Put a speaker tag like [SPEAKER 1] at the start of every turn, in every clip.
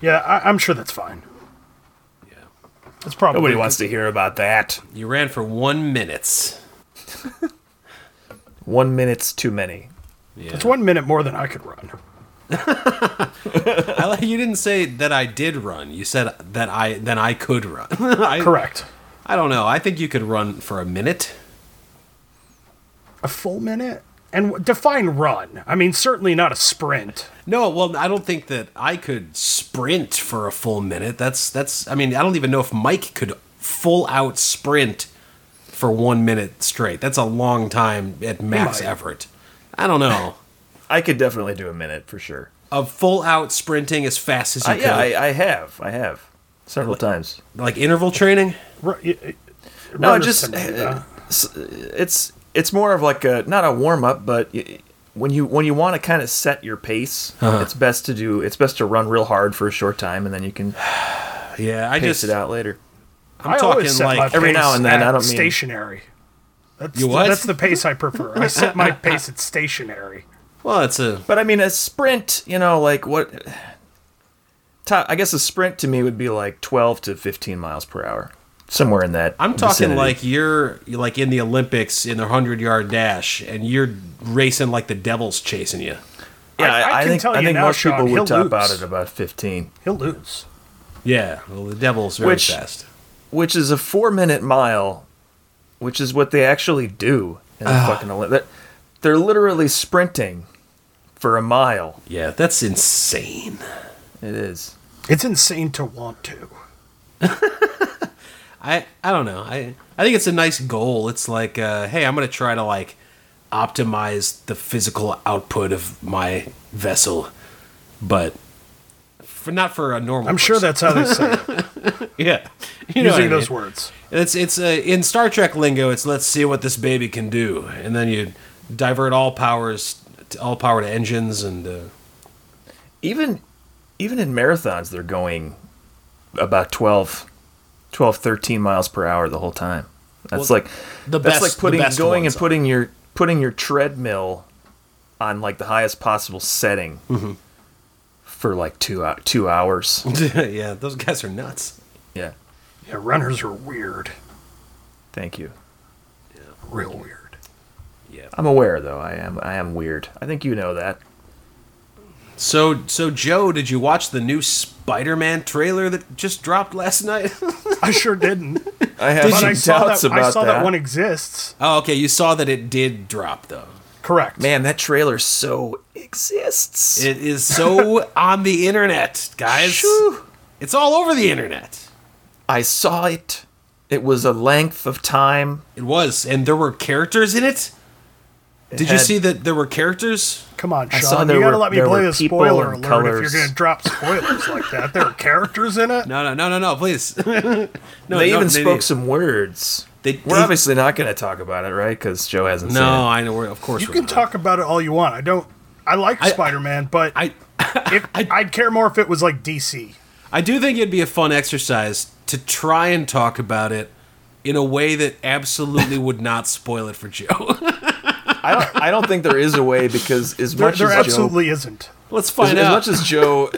[SPEAKER 1] Yeah, I, I'm sure that's fine.
[SPEAKER 2] Yeah.
[SPEAKER 1] That's probably
[SPEAKER 3] Nobody wants to hear about that.
[SPEAKER 2] You ran for one minute.
[SPEAKER 3] One minute's too many.
[SPEAKER 2] Yeah.
[SPEAKER 1] It's one minute more than I could run.
[SPEAKER 2] I like- you didn't say that I did run. You said that I then I could run. I,
[SPEAKER 1] Correct.
[SPEAKER 2] I don't know. I think you could run for a minute.
[SPEAKER 1] A full minute? And w- define run. I mean, certainly not a sprint.
[SPEAKER 2] No, well, I don't think that I could sprint for a full minute. That's that's. I mean, I don't even know if Mike could full out sprint for one minute straight. That's a long time at max
[SPEAKER 1] might.
[SPEAKER 2] effort. I don't know.
[SPEAKER 3] I could definitely do a minute for sure.
[SPEAKER 2] a full out sprinting as fast as you
[SPEAKER 3] I,
[SPEAKER 2] could,
[SPEAKER 3] yeah, I, I have. I have several times.
[SPEAKER 2] like interval training.
[SPEAKER 1] Ru- y- y-
[SPEAKER 3] No,
[SPEAKER 1] runners
[SPEAKER 3] just eh,
[SPEAKER 1] tend to do that.
[SPEAKER 3] it's- it's it's more of like a not a warm up, but y- when you when you want to kind of set your pace,
[SPEAKER 2] Uh-huh.
[SPEAKER 3] it's best to do it's best to run real hard for a short time, and then you can pace
[SPEAKER 2] Yeah, I just.
[SPEAKER 3] it out later.
[SPEAKER 2] I'm
[SPEAKER 1] I
[SPEAKER 2] talking
[SPEAKER 1] always set
[SPEAKER 2] like
[SPEAKER 1] my
[SPEAKER 3] every
[SPEAKER 1] pace
[SPEAKER 3] now and then,
[SPEAKER 1] at
[SPEAKER 3] I don't mean-
[SPEAKER 1] stationary. That's
[SPEAKER 2] You
[SPEAKER 1] the-
[SPEAKER 2] what?
[SPEAKER 1] that's the pace I prefer. I set my pace at stationary.
[SPEAKER 2] well, it's a
[SPEAKER 3] But I mean, a sprint, you know, like what? Top, I guess a sprint to me would be like twelve to fifteen miles per hour, somewhere in that.
[SPEAKER 2] I'm talking
[SPEAKER 3] vicinity.
[SPEAKER 2] like you're you're like in the Olympics in the hundred yard dash, and you're racing like the devil's chasing you.
[SPEAKER 3] yeah.
[SPEAKER 1] I-
[SPEAKER 3] I,
[SPEAKER 1] I can
[SPEAKER 3] think
[SPEAKER 1] tell
[SPEAKER 3] I
[SPEAKER 1] you
[SPEAKER 3] think
[SPEAKER 1] now,
[SPEAKER 3] most
[SPEAKER 1] Sean,
[SPEAKER 3] people
[SPEAKER 1] he'll
[SPEAKER 3] would top out
[SPEAKER 1] lose.
[SPEAKER 3] at about fifteen,
[SPEAKER 1] He'll lose.
[SPEAKER 2] Yeah, well, the devil's very
[SPEAKER 3] Which-
[SPEAKER 2] fast.
[SPEAKER 3] which is a four-minute mile, which is what they actually do in the fucking Olympics. They're literally sprinting for a mile.
[SPEAKER 2] Yeah, that's insane.
[SPEAKER 3] It is.
[SPEAKER 1] It's insane to want to.
[SPEAKER 2] I I don't know. I I think it's a nice goal. It's like, uh, hey, I'm gonna try to like optimize the physical output of my vessel, but for not for a normal.
[SPEAKER 1] I'm sure
[SPEAKER 2] person.
[SPEAKER 1] that's how they say it,
[SPEAKER 2] yeah. You know
[SPEAKER 1] using
[SPEAKER 2] what I
[SPEAKER 1] those
[SPEAKER 2] mean.
[SPEAKER 1] words.
[SPEAKER 2] It's it's uh, in Star Trek lingo. It's let's see what this baby can do, and then you divert all powers, to, all power to engines, and uh,
[SPEAKER 3] Even even in marathons, they're going about 12, 12 13 miles per hour the whole time. That's
[SPEAKER 2] Well,
[SPEAKER 3] like
[SPEAKER 2] the
[SPEAKER 3] that's
[SPEAKER 2] best-
[SPEAKER 3] like putting
[SPEAKER 2] the best
[SPEAKER 3] going
[SPEAKER 2] ones
[SPEAKER 3] and putting your putting your treadmill on like the highest possible setting
[SPEAKER 2] Mm-hmm.
[SPEAKER 3] for like two hou- two hours.
[SPEAKER 2] yeah, those guys are nuts.
[SPEAKER 3] yeah.
[SPEAKER 1] Yeah, runners are weird.
[SPEAKER 3] Thank you.
[SPEAKER 1] Real weird.
[SPEAKER 3] I'm aware though. I am I am weird. I think you know that.
[SPEAKER 2] So so Joe, did you watch the new Spider-Man trailer that just dropped last night?
[SPEAKER 1] I sure didn't.
[SPEAKER 3] I have
[SPEAKER 1] but
[SPEAKER 3] some
[SPEAKER 1] I saw,
[SPEAKER 3] doubts
[SPEAKER 1] that,
[SPEAKER 3] about
[SPEAKER 1] I saw
[SPEAKER 3] that.
[SPEAKER 1] that. one exists.
[SPEAKER 2] oh, okay, you saw that it did drop though.
[SPEAKER 1] Correct.
[SPEAKER 3] Man, that trailer so exists.
[SPEAKER 2] It is so on the internet, guys.
[SPEAKER 3] Shoo.
[SPEAKER 2] It's all over the internet.
[SPEAKER 3] I saw it. It was a length of time.
[SPEAKER 2] It was, and there were characters in it. Did you
[SPEAKER 3] had-
[SPEAKER 2] see that there were characters?
[SPEAKER 1] Come on, Sean.
[SPEAKER 3] saw
[SPEAKER 1] you
[SPEAKER 3] there
[SPEAKER 1] gotta
[SPEAKER 3] were-
[SPEAKER 1] let me
[SPEAKER 3] there
[SPEAKER 1] play
[SPEAKER 3] were
[SPEAKER 1] a
[SPEAKER 3] people
[SPEAKER 1] spoiler alert
[SPEAKER 3] and
[SPEAKER 1] if
[SPEAKER 3] colors.
[SPEAKER 1] you're gonna drop spoilers like that. There are characters in it.
[SPEAKER 2] No, no, no, no, no. Please. no,
[SPEAKER 3] they
[SPEAKER 2] no,
[SPEAKER 3] even spoke
[SPEAKER 2] didn't.
[SPEAKER 3] some words.
[SPEAKER 2] They-
[SPEAKER 3] We're
[SPEAKER 2] they-
[SPEAKER 3] obviously not going to talk about it, right? Because Joe hasn't seen
[SPEAKER 2] No, I know. We're, of course,
[SPEAKER 1] You
[SPEAKER 2] we're
[SPEAKER 1] can
[SPEAKER 2] not.
[SPEAKER 1] talk about it all you want. I don't. I like Spider Man, but
[SPEAKER 2] I,
[SPEAKER 1] if, I'd care more if it was like DC.
[SPEAKER 2] I do think it'd be a fun exercise to try and talk about it in a way that absolutely would not spoil it for Joe.
[SPEAKER 3] it. I don't, I don't think there is a way because as
[SPEAKER 1] There,
[SPEAKER 3] much
[SPEAKER 1] there
[SPEAKER 3] as
[SPEAKER 1] absolutely isn't.
[SPEAKER 2] Let's
[SPEAKER 3] Joe, as,
[SPEAKER 2] find
[SPEAKER 3] as
[SPEAKER 2] out.
[SPEAKER 3] much as Joe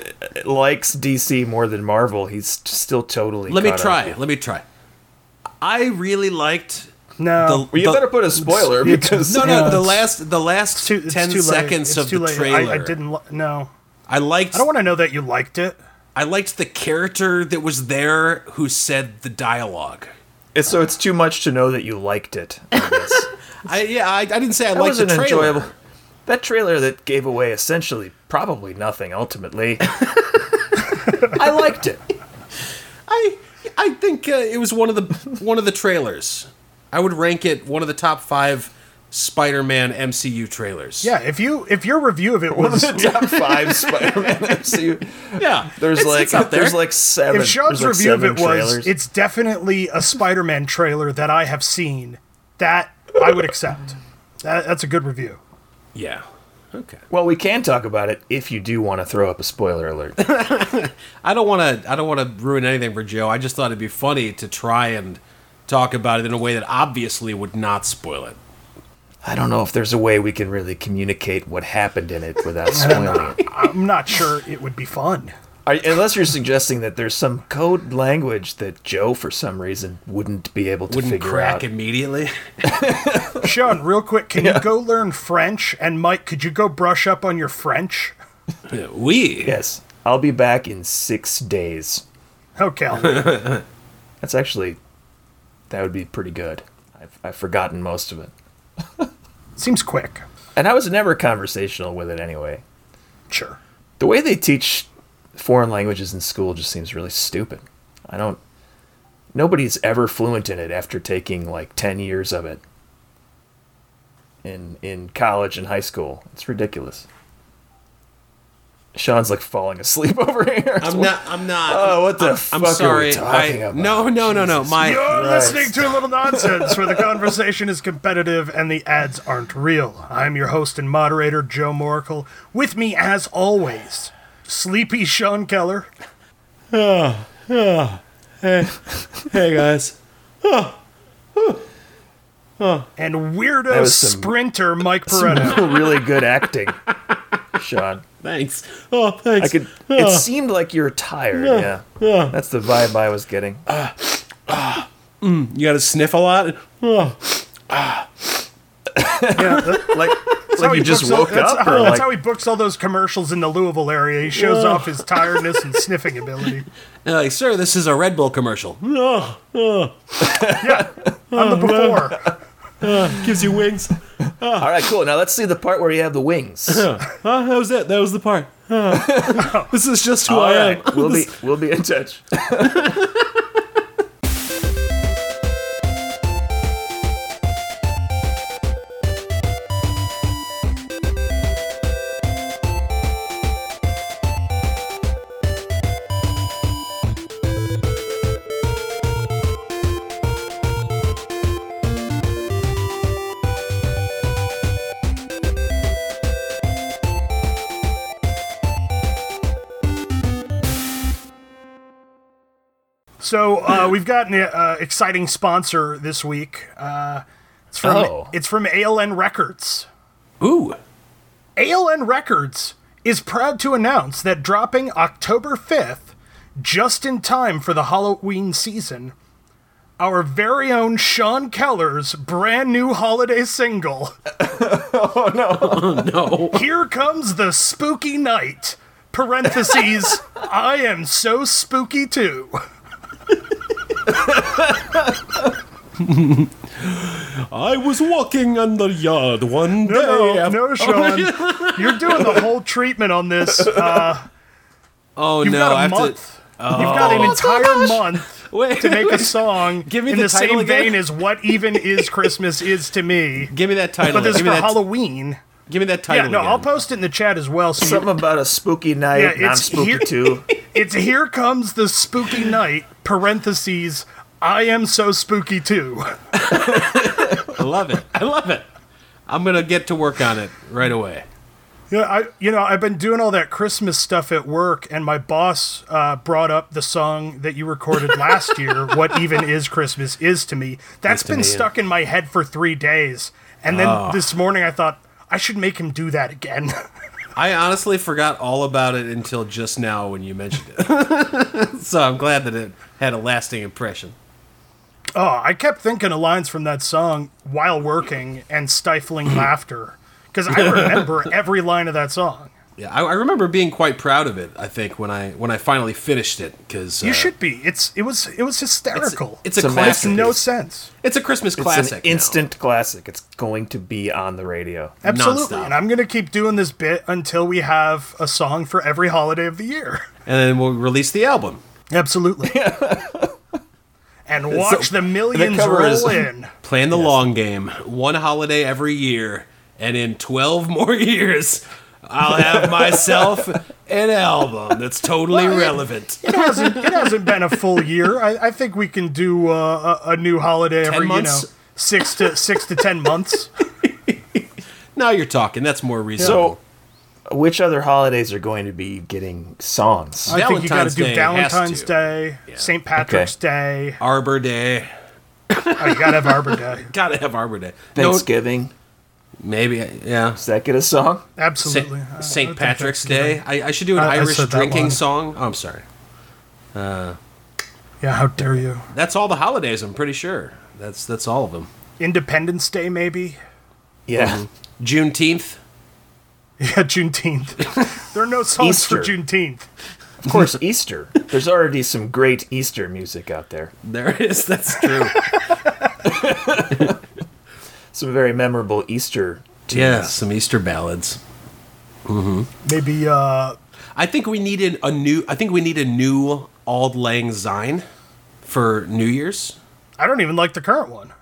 [SPEAKER 3] uh, likes DC more than Marvel, he's still totally.
[SPEAKER 2] Let me
[SPEAKER 3] caught up.
[SPEAKER 2] try. Let me try. I really liked.
[SPEAKER 1] No,
[SPEAKER 3] Well, you
[SPEAKER 2] The-
[SPEAKER 3] better put a spoiler
[SPEAKER 1] it's-
[SPEAKER 3] because
[SPEAKER 2] No,
[SPEAKER 1] Yeah,
[SPEAKER 2] no, the
[SPEAKER 1] it's-
[SPEAKER 2] last, the last
[SPEAKER 1] it's too, it's
[SPEAKER 2] ten
[SPEAKER 1] too late.
[SPEAKER 2] seconds
[SPEAKER 1] It's
[SPEAKER 2] of
[SPEAKER 1] too
[SPEAKER 2] the
[SPEAKER 1] late.
[SPEAKER 2] trailer.
[SPEAKER 1] I, I didn't. Li- no,
[SPEAKER 2] I liked.
[SPEAKER 1] I don't want to know that you liked it.
[SPEAKER 2] I liked the character that was there who said the dialogue.
[SPEAKER 3] It's- so it's too much to know that you liked it. I guess.
[SPEAKER 2] I yeah, I, I didn't say I
[SPEAKER 3] That
[SPEAKER 2] liked
[SPEAKER 3] was
[SPEAKER 2] the
[SPEAKER 3] an
[SPEAKER 2] trailer.
[SPEAKER 3] enjoyable. That trailer that gave away essentially probably nothing ultimately. I liked it.
[SPEAKER 2] I I think uh, it was one of the one of the trailers. I would rank it one of the top five Spider-Man MCU trailers.
[SPEAKER 1] Yeah, if you if your review of it
[SPEAKER 3] One of
[SPEAKER 1] was
[SPEAKER 3] the top five Spider-Man MCU.
[SPEAKER 2] yeah.
[SPEAKER 3] There's
[SPEAKER 2] it's-
[SPEAKER 3] like
[SPEAKER 2] it's up there.
[SPEAKER 3] there's like seven.
[SPEAKER 1] if Sean's
[SPEAKER 3] there's
[SPEAKER 1] review
[SPEAKER 3] like
[SPEAKER 1] of
[SPEAKER 3] seven
[SPEAKER 1] it was
[SPEAKER 3] trailers.
[SPEAKER 1] it's definitely a Spider Man trailer that I have seen that I would accept. That, that's a good review.
[SPEAKER 2] yeah. Okay.
[SPEAKER 3] well, we can talk about it if you do want to throw up a spoiler alert.
[SPEAKER 2] I don't want to. I don't want to ruin anything for Joe. I just thought it'd be funny to try and talk about it in a way that obviously would not spoil it.
[SPEAKER 3] I don't know if there's a way we can really communicate what happened in it without spoiling it.
[SPEAKER 1] I'm not sure it would be fun.
[SPEAKER 3] Are, unless you're suggesting that there's some code language that Joe, for some reason, wouldn't be able to
[SPEAKER 2] Wouldn't
[SPEAKER 3] figure
[SPEAKER 2] crack
[SPEAKER 3] out.
[SPEAKER 2] immediately.
[SPEAKER 1] Sean, real quick, can you go learn French? And Mike, could you go brush up on your French?
[SPEAKER 2] we.
[SPEAKER 3] Yes, I'll be back in six days.
[SPEAKER 1] Okay, I'll leave.
[SPEAKER 3] That's actually, that would be pretty good. I've, I've forgotten most of it.
[SPEAKER 1] seems quick.
[SPEAKER 3] And I was never conversational with it anyway.
[SPEAKER 1] Sure.
[SPEAKER 3] The way they teach foreign languages in school just seems really stupid. I don't. Nobody's ever fluent in it after taking like 10 years of it in, in college and high school. It's ridiculous. Sean's like falling asleep over here.
[SPEAKER 2] I'm not. I'm not.
[SPEAKER 3] Oh, what the
[SPEAKER 2] I'm,
[SPEAKER 3] fuck
[SPEAKER 2] I'm
[SPEAKER 3] are we
[SPEAKER 2] sorry.
[SPEAKER 3] talking
[SPEAKER 2] I,
[SPEAKER 3] about?
[SPEAKER 2] No, no, no, no. My.
[SPEAKER 1] You're
[SPEAKER 3] Christ.
[SPEAKER 1] listening to a little nonsense where the conversation is competitive and the ads aren't real. I'm your host and moderator, Joe Moracle. With me, as always, sleepy Sean Keller.
[SPEAKER 2] Hey guys.
[SPEAKER 1] And
[SPEAKER 3] That
[SPEAKER 1] weirdo
[SPEAKER 3] was some-
[SPEAKER 1] sprinter Mike Peretta.
[SPEAKER 3] Some really good acting, Sean.
[SPEAKER 2] Thanks. Oh, thanks.
[SPEAKER 3] I could. It seemed like you were tired. Yeah, that's the vibe I was getting.
[SPEAKER 2] You got to sniff a lot. Oh.
[SPEAKER 1] Yeah, that-
[SPEAKER 3] Like,
[SPEAKER 1] that's how
[SPEAKER 3] like
[SPEAKER 1] he
[SPEAKER 3] you just
[SPEAKER 1] books all-
[SPEAKER 3] woke
[SPEAKER 1] that's
[SPEAKER 3] up,
[SPEAKER 1] How,
[SPEAKER 3] or
[SPEAKER 1] that's
[SPEAKER 3] like,
[SPEAKER 1] how he books all those commercials in the Louisville area. He shows off his tiredness and sniffing ability.
[SPEAKER 2] And like, sir, this is a Red Bull commercial.
[SPEAKER 1] On
[SPEAKER 3] Oh,
[SPEAKER 1] the before.
[SPEAKER 2] Gives you wings.
[SPEAKER 3] all right, cool. Now let's see the part where you have the wings.
[SPEAKER 2] Huh? That was it. That was the part. Huh. this is just who
[SPEAKER 3] all
[SPEAKER 2] I
[SPEAKER 3] right,
[SPEAKER 2] am.
[SPEAKER 3] we'll be we'll be in touch.
[SPEAKER 1] So uh, we've got an uh, exciting sponsor this week. Uh, it's from
[SPEAKER 3] Oh.
[SPEAKER 1] it's from ALN Records.
[SPEAKER 2] Ooh.
[SPEAKER 1] ALN Records is proud to announce that dropping October 5th, just in time for the Halloween season, our very own Sean Keller's brand new holiday single.
[SPEAKER 2] Oh, No.
[SPEAKER 1] Here comes the spooky night. Parentheses, I am so spooky too.
[SPEAKER 2] I was walking on the yard one day. Oh,
[SPEAKER 1] No,
[SPEAKER 2] after-
[SPEAKER 1] no, Sean, you're doing the whole treatment on this. Uh,
[SPEAKER 2] Oh
[SPEAKER 1] you've
[SPEAKER 2] no!
[SPEAKER 1] got
[SPEAKER 2] I
[SPEAKER 1] a
[SPEAKER 2] have Oh.
[SPEAKER 1] month. You've got an entire month
[SPEAKER 2] to wait.
[SPEAKER 1] to make a song
[SPEAKER 2] Give me
[SPEAKER 1] in
[SPEAKER 2] the
[SPEAKER 1] the, same
[SPEAKER 2] title again.
[SPEAKER 1] vein as what even is Christmas is to me.
[SPEAKER 2] Give me that title.
[SPEAKER 1] But this is
[SPEAKER 2] give, me
[SPEAKER 1] for
[SPEAKER 2] that,
[SPEAKER 1] Halloween.
[SPEAKER 2] give me that
[SPEAKER 1] Yeah,
[SPEAKER 2] title.
[SPEAKER 1] no,
[SPEAKER 2] again.
[SPEAKER 1] I'll post it in the chat as well. So you-
[SPEAKER 3] Something about a spooky night.
[SPEAKER 1] Yeah,
[SPEAKER 3] and I'm
[SPEAKER 1] it's
[SPEAKER 3] spooky
[SPEAKER 1] here-
[SPEAKER 3] too.
[SPEAKER 1] it's here comes the spooky night. Parentheses, I am so spooky too.
[SPEAKER 2] I love it. I love it. I'm gonna get to work on it right away.
[SPEAKER 1] Yeah, I you know I've been doing all that Christmas stuff at work, and my boss uh, brought up the song that you recorded last year. What even is Christmas is to me. That's
[SPEAKER 2] to
[SPEAKER 1] been
[SPEAKER 2] me, yeah. Ah.
[SPEAKER 1] stuck in my head for three days, and then this morning I thought I should make him do that again.
[SPEAKER 2] I honestly forgot all about it until just now when you mentioned it. so I'm glad that it had a lasting impression.
[SPEAKER 1] oh, I kept thinking of lines from that song while working and stifling laughter because I remember every line of that song.
[SPEAKER 2] Yeah, I, I remember being quite proud of it. I think when I when I finally finished it because
[SPEAKER 1] You should be. It's it was it was hysterical.
[SPEAKER 3] It's
[SPEAKER 2] It's, a
[SPEAKER 3] a
[SPEAKER 1] makes
[SPEAKER 2] classic.
[SPEAKER 3] masterpiece.
[SPEAKER 1] no sense.
[SPEAKER 2] it's a Christmas
[SPEAKER 3] It's
[SPEAKER 2] classic.
[SPEAKER 3] an
[SPEAKER 2] now.
[SPEAKER 3] instant classic. It's going to be on the radio.
[SPEAKER 1] Absolutely.
[SPEAKER 2] nonstop.
[SPEAKER 1] And I'm going to keep doing this bit until we have a song for every holiday of the year.
[SPEAKER 2] and then we'll release the album.
[SPEAKER 1] Absolutely. and watch
[SPEAKER 3] so-
[SPEAKER 1] the millions
[SPEAKER 3] cover
[SPEAKER 1] roll
[SPEAKER 3] is-
[SPEAKER 1] in.
[SPEAKER 2] Playing the long game, one holiday every year, and in 12 more years, I'll have myself an album that's totally relevant.
[SPEAKER 1] It hasn't, it hasn't been a full year. I, I think we can do uh, a, a new holiday every,
[SPEAKER 2] months?
[SPEAKER 1] you know, six to six to ten months.
[SPEAKER 2] Now you're talking. That's more
[SPEAKER 3] So,
[SPEAKER 2] reasonable.
[SPEAKER 3] which other holidays are going to be getting songs?
[SPEAKER 1] I think you got
[SPEAKER 2] Valentine's
[SPEAKER 1] to do
[SPEAKER 2] Day has
[SPEAKER 1] Valentine's
[SPEAKER 2] to.
[SPEAKER 1] Day, St. Patrick's Day.
[SPEAKER 2] Arbor Day.
[SPEAKER 1] Oh, you got to have Arbor Day.
[SPEAKER 2] Gotta have Arbor Day. No,
[SPEAKER 3] Thanksgiving.
[SPEAKER 2] Maybe, yeah.
[SPEAKER 3] Does that get a song?
[SPEAKER 1] Absolutely. I- I
[SPEAKER 2] St.
[SPEAKER 1] think
[SPEAKER 2] St.
[SPEAKER 1] that's
[SPEAKER 2] Patrick's
[SPEAKER 1] good.
[SPEAKER 2] Day. I, I should do an
[SPEAKER 1] I- I
[SPEAKER 2] Irish
[SPEAKER 1] said that
[SPEAKER 2] drinking
[SPEAKER 1] one.
[SPEAKER 2] song. Oh, I'm sorry.
[SPEAKER 1] Yeah, how dare you?
[SPEAKER 2] That's all the holidays. I'm pretty sure. That's that's all of them.
[SPEAKER 1] Independence Day, maybe?
[SPEAKER 3] Yeah.
[SPEAKER 2] Mm-hmm. Juneteenth.
[SPEAKER 1] Yeah, Juneteenth. there are no songs for
[SPEAKER 3] Easter.
[SPEAKER 1] Juneteenth.
[SPEAKER 3] Of course, Easter. There's already some great Easter music out there.
[SPEAKER 2] There it is. That's true.
[SPEAKER 3] Some very memorable Easter tunes.
[SPEAKER 2] yeah, some Easter ballads.
[SPEAKER 1] Maybe, uh,
[SPEAKER 2] I think we needed a new. I think we need a new Auld Lang Syne for New Year's.
[SPEAKER 1] I don't even like the current one.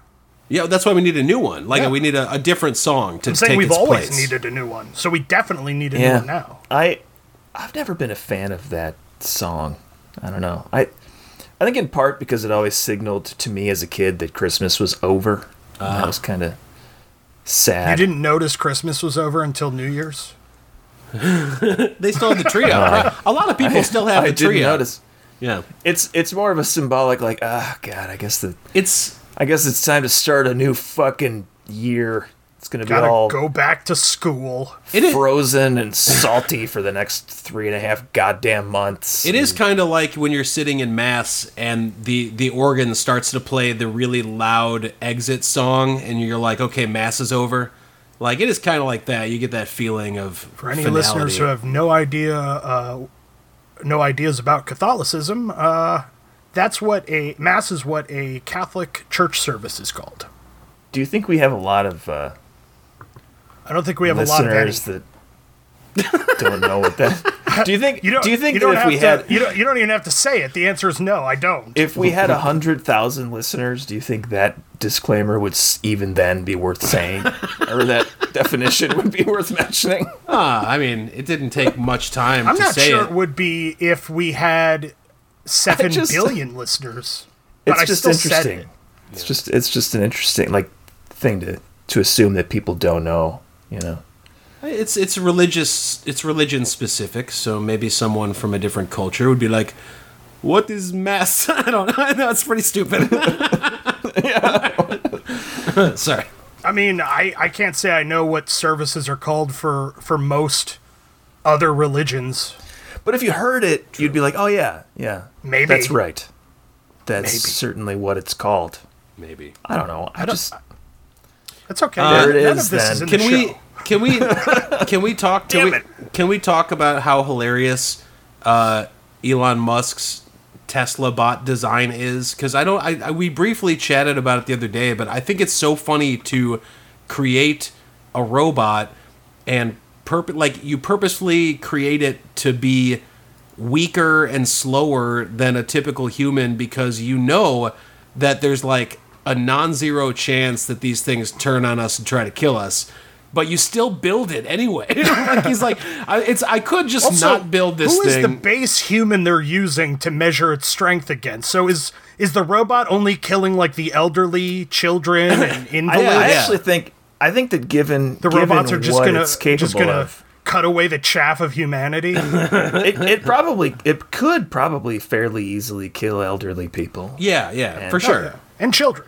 [SPEAKER 2] Yeah, that's why we need a new one. Like
[SPEAKER 1] Yeah.
[SPEAKER 2] we need a, a different song to
[SPEAKER 1] I'm
[SPEAKER 2] take
[SPEAKER 1] saying we've
[SPEAKER 2] its
[SPEAKER 1] always
[SPEAKER 2] place.
[SPEAKER 1] needed a new one, so we definitely need a new
[SPEAKER 3] Yeah.
[SPEAKER 1] one now.
[SPEAKER 3] I I've never been a fan of that song. I don't know. I I think in part because it always signaled to me as a kid that Christmas was over. And that was kind of
[SPEAKER 1] Ah. You
[SPEAKER 3] sad.
[SPEAKER 1] didn't notice Christmas was over until New Year's?
[SPEAKER 2] They still have the trio. right? A lot of people still have
[SPEAKER 3] I
[SPEAKER 2] the trio.
[SPEAKER 3] didn't notice.
[SPEAKER 2] Yeah,
[SPEAKER 3] It's it's more of a symbolic like, ah, god, I guess the
[SPEAKER 2] it's
[SPEAKER 3] I guess it's time to start a new fucking year. It's going to be
[SPEAKER 1] Gotta
[SPEAKER 3] all
[SPEAKER 1] go back to school.
[SPEAKER 2] it is.
[SPEAKER 3] frozen and salty for the next three and a half goddamn months.
[SPEAKER 2] It is kind of like when you're sitting in mass and the the organ starts to play the really loud exit song, and you're like, okay, mass is over. Like it is kind of like that. You get that feeling of
[SPEAKER 1] For any listeners who have no idea, uh, no ideas about Catholicism, uh, that's what a mass is. What a Catholic church service is called.
[SPEAKER 3] Do you think we have a lot of uh,
[SPEAKER 1] I don't think we have a lot of any.
[SPEAKER 3] listeners that don't know what that? Do you think?
[SPEAKER 1] You don't,
[SPEAKER 3] do you think
[SPEAKER 1] don't
[SPEAKER 3] that if
[SPEAKER 1] have
[SPEAKER 3] we
[SPEAKER 1] to,
[SPEAKER 3] had
[SPEAKER 1] you don't, you don't even have to say it. The answer is no. I don't.
[SPEAKER 3] if we had a hundred thousand listeners, do you think that disclaimer would s- even then be worth saying, or that definition would be worth mentioning?
[SPEAKER 2] Ah, I mean, it didn't take much time
[SPEAKER 1] I'm
[SPEAKER 2] to
[SPEAKER 1] not
[SPEAKER 2] say
[SPEAKER 1] sure
[SPEAKER 2] it.
[SPEAKER 1] it would be if we had seven billion
[SPEAKER 3] just-
[SPEAKER 1] listeners. But
[SPEAKER 3] It's
[SPEAKER 1] I
[SPEAKER 3] just
[SPEAKER 1] still said
[SPEAKER 3] interesting.
[SPEAKER 1] it.
[SPEAKER 3] It's just it's just an interesting like thing to to assume that people don't know. You know.
[SPEAKER 2] It's it's religious. It's religion specific. So maybe someone from a different culture would be like, "What is mass?" I don't know. That's pretty stupid. Sorry.
[SPEAKER 1] I mean, I, I can't say I know what services are called for for most other religions.
[SPEAKER 3] But if you heard it, you'd be like, "Oh yeah, yeah,
[SPEAKER 1] Maybe.
[SPEAKER 3] that's right. That's
[SPEAKER 1] Maybe.
[SPEAKER 3] certainly what it's called."
[SPEAKER 2] Maybe.
[SPEAKER 3] I don't know. I, just
[SPEAKER 1] That's okay.
[SPEAKER 3] There it
[SPEAKER 1] None
[SPEAKER 3] is,
[SPEAKER 1] of this
[SPEAKER 3] then.
[SPEAKER 1] is in
[SPEAKER 2] Can
[SPEAKER 1] the
[SPEAKER 2] we?
[SPEAKER 1] show.
[SPEAKER 2] Can we? Can we talk?
[SPEAKER 1] Damn
[SPEAKER 2] Can we,
[SPEAKER 1] it.
[SPEAKER 2] Can we talk about how hilarious uh, Elon Musk's Tesla bot design is? Because I don't. I, I we briefly chatted about it the other day, but I think it's so funny to create a robot and purpo- like you purposefully create it to be weaker and slower than a typical human because you know that there's like a non-zero chance that these things turn on us and try to kill us but you still build it anyway like he's like I, it's i could just
[SPEAKER 1] Also,
[SPEAKER 2] not build this
[SPEAKER 1] Who
[SPEAKER 2] thing
[SPEAKER 1] is the base human they're using to measure its strength against? So is is the robot only killing like the elderly, children, and
[SPEAKER 3] I,
[SPEAKER 1] invalids?
[SPEAKER 3] I
[SPEAKER 2] yeah.
[SPEAKER 3] actually think I think that given
[SPEAKER 1] the robots are just gonna
[SPEAKER 3] it's capable
[SPEAKER 1] just gonna
[SPEAKER 3] of,
[SPEAKER 1] cut away the chaff of humanity.
[SPEAKER 3] it, it probably it could probably fairly easily kill elderly people.
[SPEAKER 2] yeah yeah
[SPEAKER 3] Man.
[SPEAKER 2] for sure
[SPEAKER 1] and children.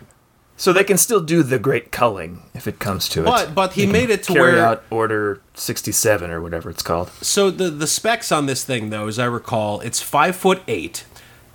[SPEAKER 3] So they can still do the great culling if it comes to it.
[SPEAKER 2] but but he made it to
[SPEAKER 3] carry
[SPEAKER 2] where
[SPEAKER 3] out order 67 or whatever it's called.
[SPEAKER 2] So the the specs on this thing, though, as I recall, it's five foot eight.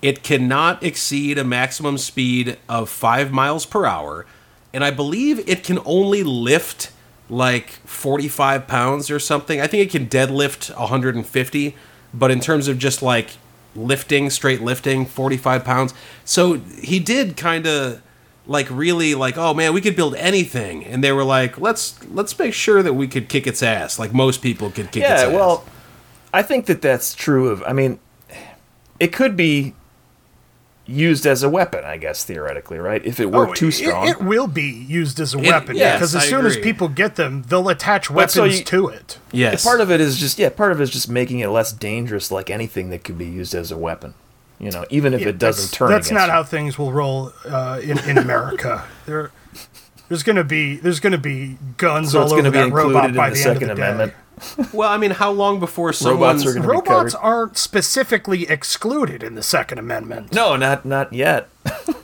[SPEAKER 2] It cannot exceed a maximum speed of five miles per hour, and I believe it can only lift like forty five pounds or something. I think it can deadlift one hundred and fifty, but in terms of just like lifting, straight lifting, forty five pounds. So he did kind of like really like oh man we could build anything and they were like let's let's make sure that we could kick its ass like most people could kick its
[SPEAKER 3] Yeah,
[SPEAKER 2] ass
[SPEAKER 3] well, I think that that's true of. I mean, it could be used as a weapon, I guess theoretically, right? If it were
[SPEAKER 1] Oh,
[SPEAKER 3] too
[SPEAKER 1] it-
[SPEAKER 3] strong.
[SPEAKER 1] It, will be used as a weapon
[SPEAKER 2] yes,
[SPEAKER 1] because as
[SPEAKER 2] I
[SPEAKER 1] soon as
[SPEAKER 2] agree.
[SPEAKER 1] people get them, they'll attach
[SPEAKER 3] But
[SPEAKER 1] weapons
[SPEAKER 3] so you-
[SPEAKER 1] to it.
[SPEAKER 2] Yes.
[SPEAKER 3] Part of it is just yeah. Part of it is just making it less dangerous, like anything that could be used as a weapon. You know, even if it doesn't
[SPEAKER 1] that's,
[SPEAKER 3] turn.
[SPEAKER 1] That's
[SPEAKER 3] against
[SPEAKER 1] not
[SPEAKER 3] you.
[SPEAKER 1] how things will roll uh, in in America. there, there's gonna be there's gonna be guns
[SPEAKER 3] So
[SPEAKER 1] all
[SPEAKER 3] it's
[SPEAKER 1] over
[SPEAKER 3] going to be
[SPEAKER 1] that robot
[SPEAKER 3] included in
[SPEAKER 1] by
[SPEAKER 3] the,
[SPEAKER 1] the, end
[SPEAKER 3] Second
[SPEAKER 1] of the
[SPEAKER 3] Amendment.
[SPEAKER 1] day.
[SPEAKER 2] well, I mean, how long before
[SPEAKER 3] Robots
[SPEAKER 2] someone's
[SPEAKER 3] are going to be covered.
[SPEAKER 1] Robots aren't specifically excluded in the Second Amendment.
[SPEAKER 3] No, not not yet.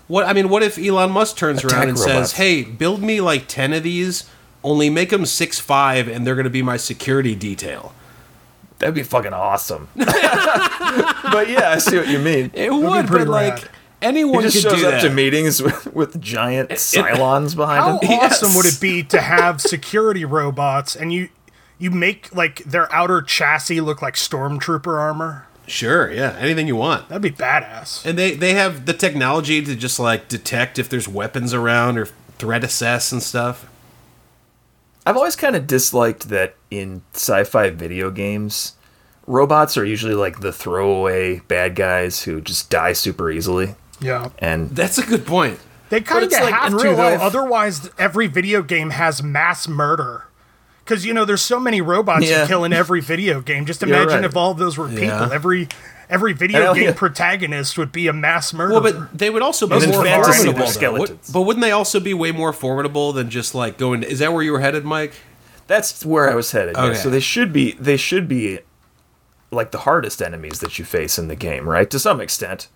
[SPEAKER 2] what? I mean, what if Elon Musk turns
[SPEAKER 3] Attack
[SPEAKER 2] around and
[SPEAKER 3] robots.
[SPEAKER 2] says, "Hey, build me like ten of these, Only make them six five, and they're going to be my security detail.
[SPEAKER 3] That'd be fucking awesome. but yeah, I see what you mean.
[SPEAKER 2] It would,
[SPEAKER 1] be pretty
[SPEAKER 2] but like
[SPEAKER 1] rad.
[SPEAKER 2] anyone
[SPEAKER 3] He just
[SPEAKER 2] could
[SPEAKER 3] shows
[SPEAKER 2] do
[SPEAKER 3] up
[SPEAKER 2] that.
[SPEAKER 3] to meetings with, with giant Cylons
[SPEAKER 1] How
[SPEAKER 3] behind him.
[SPEAKER 1] awesome would it be to have security robots and you you make like their outer chassis look like stormtrooper armor?
[SPEAKER 2] Sure, yeah, anything you want.
[SPEAKER 1] That'd be badass.
[SPEAKER 2] And they they have the technology to just like detect if there's weapons around or threat assess and stuff.
[SPEAKER 3] I've always kind of disliked that in sci-fi video games, robots are usually like the throwaway bad guys who just die super easily.
[SPEAKER 1] Yeah.
[SPEAKER 3] And
[SPEAKER 2] That's a good point.
[SPEAKER 1] They kind of
[SPEAKER 3] it's, like,
[SPEAKER 1] have
[SPEAKER 3] in
[SPEAKER 1] to,
[SPEAKER 3] real
[SPEAKER 1] though.
[SPEAKER 3] life-
[SPEAKER 1] Otherwise, every video game has mass murder. Because, you know, there's so many robots
[SPEAKER 3] Yeah.
[SPEAKER 1] you kill in every video game. Just
[SPEAKER 3] You're
[SPEAKER 1] imagine
[SPEAKER 3] right.
[SPEAKER 1] if all of those were people.
[SPEAKER 2] Yeah.
[SPEAKER 1] Every every video
[SPEAKER 3] Hell
[SPEAKER 1] game
[SPEAKER 3] yeah.
[SPEAKER 1] protagonist would be a mass murderer.
[SPEAKER 2] Well, but they would also be
[SPEAKER 3] And then
[SPEAKER 2] more
[SPEAKER 3] fantasy,
[SPEAKER 2] formidable.
[SPEAKER 3] they're
[SPEAKER 2] though.
[SPEAKER 3] skeletons.
[SPEAKER 2] Would- but wouldn't they also be way more formidable than just like going? Is that where you were headed, Mike?
[SPEAKER 3] that's where I was headed. yeah.
[SPEAKER 2] Okay.
[SPEAKER 3] So they should be they should be like the hardest enemies that you face in the game, right? To some extent,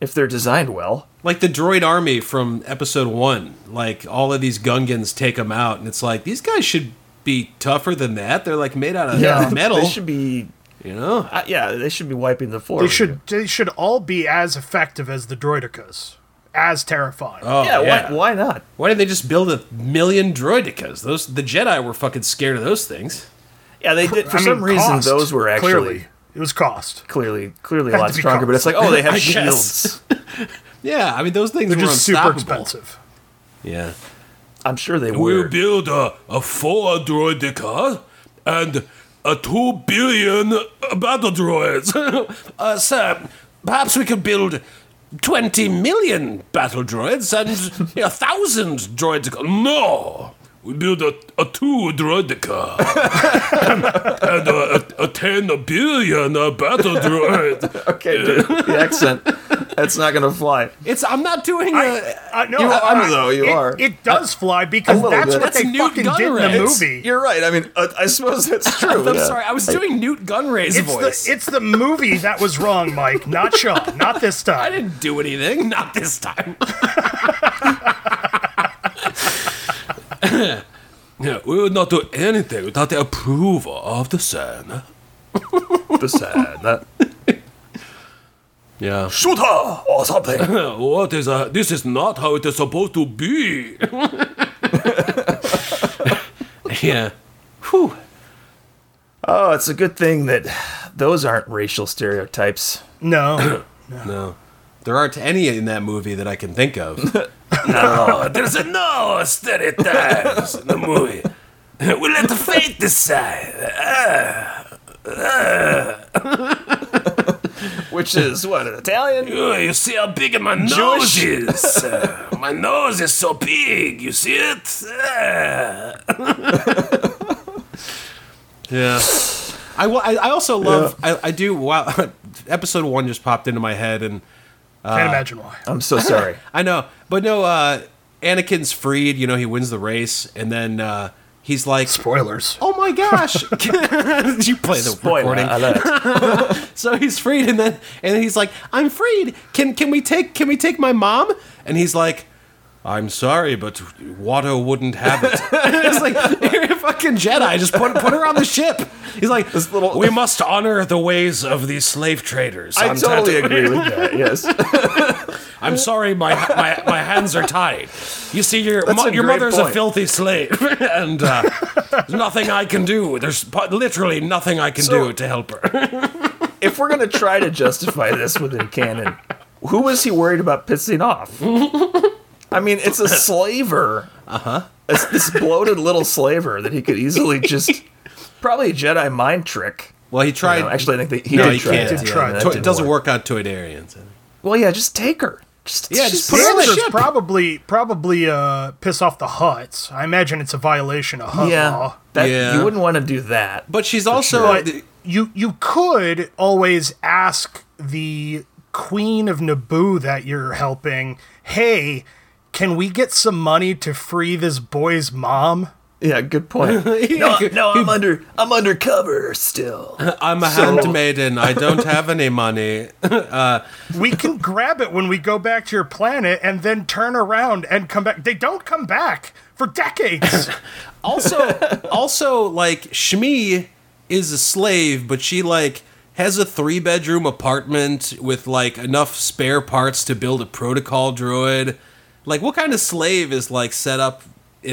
[SPEAKER 3] if they're designed well.
[SPEAKER 2] Like the droid army from episode one. Like all of these Gungans take them out, and it's like these guys should be tougher than that. They're like made out of metal.
[SPEAKER 3] They should be
[SPEAKER 2] you know,
[SPEAKER 3] uh, yeah, they should be wiping the floor.
[SPEAKER 1] they
[SPEAKER 3] with
[SPEAKER 1] should
[SPEAKER 3] you.
[SPEAKER 1] they should all be as effective as the droidicas. As terrifying.
[SPEAKER 2] Oh,
[SPEAKER 3] Yeah, Why, why not?
[SPEAKER 2] Why didn't they just build a million droidicas? Those the Jedi were fucking scared of those things.
[SPEAKER 3] Yeah, they did. For
[SPEAKER 1] I mean,
[SPEAKER 3] some reason,
[SPEAKER 1] cost,
[SPEAKER 3] those were actually
[SPEAKER 1] clearly it was cost.
[SPEAKER 3] clearly clearly a
[SPEAKER 1] to
[SPEAKER 3] lot
[SPEAKER 1] be
[SPEAKER 3] stronger. But it's like, oh, they have
[SPEAKER 2] I
[SPEAKER 3] shields.
[SPEAKER 2] guess. Yeah, I mean those things
[SPEAKER 1] They're
[SPEAKER 2] were
[SPEAKER 1] just super
[SPEAKER 2] unstoppable.
[SPEAKER 1] expensive.
[SPEAKER 2] Yeah,
[SPEAKER 3] I'm sure they
[SPEAKER 2] we
[SPEAKER 3] were.
[SPEAKER 2] build a, a four droidica and a two billion battle droids. uh, sir, perhaps we could build twenty million battle droids and a thousand droidica. No. We build a, a two droidica and a, a, a ten billion uh, battle droid.
[SPEAKER 3] okay, dude, the accent. That's not gonna fly.
[SPEAKER 2] It's I'm not doing uh, a
[SPEAKER 1] I, no,
[SPEAKER 3] Uh, You
[SPEAKER 1] I-
[SPEAKER 3] are,
[SPEAKER 1] I-
[SPEAKER 3] though, you
[SPEAKER 1] it,
[SPEAKER 3] are.
[SPEAKER 1] It does fly because
[SPEAKER 3] little
[SPEAKER 1] that's
[SPEAKER 3] bit.
[SPEAKER 1] what
[SPEAKER 2] That's
[SPEAKER 1] they
[SPEAKER 2] Newt
[SPEAKER 1] fucking did in the
[SPEAKER 2] Gunray. It's-
[SPEAKER 1] movie.
[SPEAKER 3] You're right. I mean, uh, I suppose that's true.
[SPEAKER 2] I'm
[SPEAKER 3] yeah.
[SPEAKER 2] sorry, I was doing Newt Gunray's
[SPEAKER 1] Oh, It's
[SPEAKER 2] voice.
[SPEAKER 1] the, it's the movie that was wrong, Mike, not Sean, not this
[SPEAKER 2] I
[SPEAKER 1] time.
[SPEAKER 2] didn't do anything. Not this time. no, we would not do anything without the approval of the sun.
[SPEAKER 3] The sad that
[SPEAKER 2] Yeah.
[SPEAKER 3] shooter or something.
[SPEAKER 2] What is a? This is not how it is supposed to be. yeah. Whew.
[SPEAKER 3] Oh, it's a good thing that those aren't racial stereotypes.
[SPEAKER 1] No.
[SPEAKER 2] No, there aren't any in that movie that I can think of. no, there's no stereotypes in the movie. We let the fate decide. Uh,
[SPEAKER 3] Which is what an Italian.
[SPEAKER 2] Oh, you see how big my nose is? Uh, my nose is so big. You see it? Uh. yeah. I, wa- I, I also love I, I do wow episode one just popped into my head and Uh,
[SPEAKER 1] Can't imagine why.
[SPEAKER 3] I'm so sorry.
[SPEAKER 2] I know, but no. uh Anakin's freed. You know, he wins the race, and then uh he's like,
[SPEAKER 1] Spoilers.
[SPEAKER 2] "Oh my gosh!" Did you play the
[SPEAKER 3] Spoiler
[SPEAKER 2] recording?
[SPEAKER 3] alert.
[SPEAKER 2] So he's freed, and then and then he's like, "I'm freed. Can can we take can we take my mom?" And he's like, "I'm sorry, but Watto wouldn't have it." it's like you're a fucking Jedi. Just put put her on the ship. He's like,
[SPEAKER 3] This little-
[SPEAKER 2] "We must honor the ways of these slave traders."
[SPEAKER 3] I
[SPEAKER 2] on
[SPEAKER 3] totally
[SPEAKER 2] Tatooine."
[SPEAKER 3] agree with that. Yes.
[SPEAKER 2] I'm sorry, my my, my hands are tied. You see, your
[SPEAKER 3] That's
[SPEAKER 2] mo-
[SPEAKER 3] a
[SPEAKER 2] your
[SPEAKER 3] great
[SPEAKER 2] mother's a
[SPEAKER 3] point.
[SPEAKER 2] filthy slave, and uh, there's nothing I can do. There's po- literally nothing I can
[SPEAKER 3] So-
[SPEAKER 2] do to help her.
[SPEAKER 3] if we're gonna try to justify this within canon, who was he worried about pissing off? I mean, it's a slaver. Uh
[SPEAKER 2] Uh-huh.
[SPEAKER 3] huh. It's this bloated little slaver that he could easily just probably a Jedi mind trick.
[SPEAKER 2] Well, he
[SPEAKER 3] You
[SPEAKER 2] tried.
[SPEAKER 3] know, actually, I think that he
[SPEAKER 2] no,
[SPEAKER 3] did
[SPEAKER 2] he
[SPEAKER 3] try.
[SPEAKER 2] can't.
[SPEAKER 3] that.
[SPEAKER 1] Did
[SPEAKER 2] yeah,
[SPEAKER 1] try.
[SPEAKER 3] that
[SPEAKER 2] Toy-
[SPEAKER 3] didn't
[SPEAKER 2] it doesn't work, on Toydarians.
[SPEAKER 3] eh? Well, yeah, just take her. Just
[SPEAKER 2] Yeah, just put her on the
[SPEAKER 1] Spoilers
[SPEAKER 2] ship.
[SPEAKER 1] probably probably uh, piss off the Huts. I imagine it's a violation of Hut
[SPEAKER 3] Yeah,
[SPEAKER 1] law.
[SPEAKER 3] that,
[SPEAKER 2] Yeah.
[SPEAKER 3] you wouldn't want to do that.
[SPEAKER 2] But she's also
[SPEAKER 1] But you you could always ask the Queen of Naboo that you're helping, hey, can we get some money to free this boy's mom?
[SPEAKER 3] yeah, good point. no, no, I'm under, I'm undercover still.
[SPEAKER 2] I'm a handmaiden. I don't have any money.
[SPEAKER 1] We can grab it when we go back to your planet and then turn around and come back. They don't come back. for decades.
[SPEAKER 2] Also, also like Shmi is a slave, but she like has a three bedroom apartment with like enough spare parts to build a protocol droid. Like, what kind of slave is like set up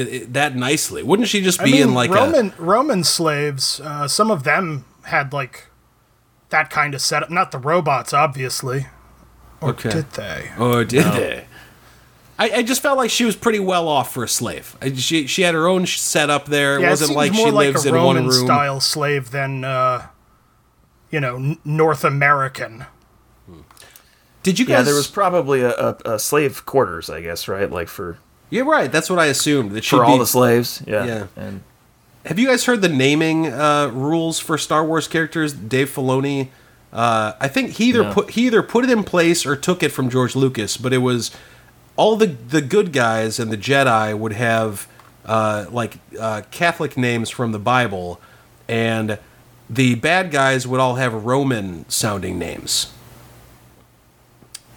[SPEAKER 2] i i that nicely? Wouldn't she just
[SPEAKER 1] I
[SPEAKER 2] be
[SPEAKER 1] mean,
[SPEAKER 2] in like a
[SPEAKER 1] Roman Roman slaves, uh, some of them had like that kind of setup. Not the robots, obviously. Or
[SPEAKER 2] Okay.
[SPEAKER 1] did they?
[SPEAKER 2] or did they? I, I just felt like she was pretty well off for a slave. I, she she had her own sh- setup there. it
[SPEAKER 1] Yeah,
[SPEAKER 2] wasn't
[SPEAKER 1] seems
[SPEAKER 2] like
[SPEAKER 1] more
[SPEAKER 2] she
[SPEAKER 1] like
[SPEAKER 2] lives
[SPEAKER 1] a
[SPEAKER 2] in
[SPEAKER 1] Roman
[SPEAKER 2] one room.
[SPEAKER 1] style slave than uh, you know n- North American.
[SPEAKER 2] Did you guys?
[SPEAKER 3] Yeah, there was probably a, a, a slave quarters, I guess, right? Like for
[SPEAKER 2] You're right. That's what I assumed. That she'd
[SPEAKER 3] for all
[SPEAKER 2] be-
[SPEAKER 3] the slaves. Yeah.
[SPEAKER 2] Yeah.
[SPEAKER 3] And
[SPEAKER 2] Have you guys heard the naming uh, rules for Star Wars characters? Dave Filoni, uh, I think he either
[SPEAKER 3] No.
[SPEAKER 2] put he either put it in place or took it from George Lucas. But it was all the the good guys and the Jedi would have uh, like uh, Catholic names from the Bible, and the bad guys would all have Roman sounding names.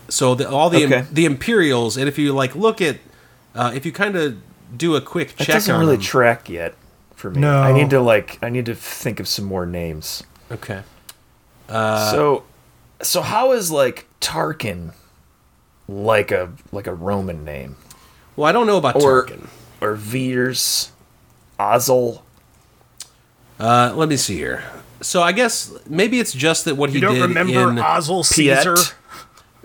[SPEAKER 2] So the, all the
[SPEAKER 3] Okay.
[SPEAKER 2] the Imperials, and if you like look at uh, if you kind of do a quick
[SPEAKER 3] it
[SPEAKER 2] check
[SPEAKER 3] doesn't
[SPEAKER 2] on
[SPEAKER 3] really
[SPEAKER 2] them-
[SPEAKER 3] track yet for me.
[SPEAKER 1] No.
[SPEAKER 3] I need to like I need to think of some more names.
[SPEAKER 2] okay. Uh,
[SPEAKER 3] so so how is like Tarkin like a like a Roman name?
[SPEAKER 2] Well, I don't know about
[SPEAKER 3] Or
[SPEAKER 2] Tarkin.
[SPEAKER 3] or Veers, Ozzel.
[SPEAKER 2] Uh, let me see here. So I guess maybe it's just that what he
[SPEAKER 1] You don't
[SPEAKER 2] did
[SPEAKER 1] remember
[SPEAKER 2] in
[SPEAKER 1] Ozzel Caesar?
[SPEAKER 3] Piet?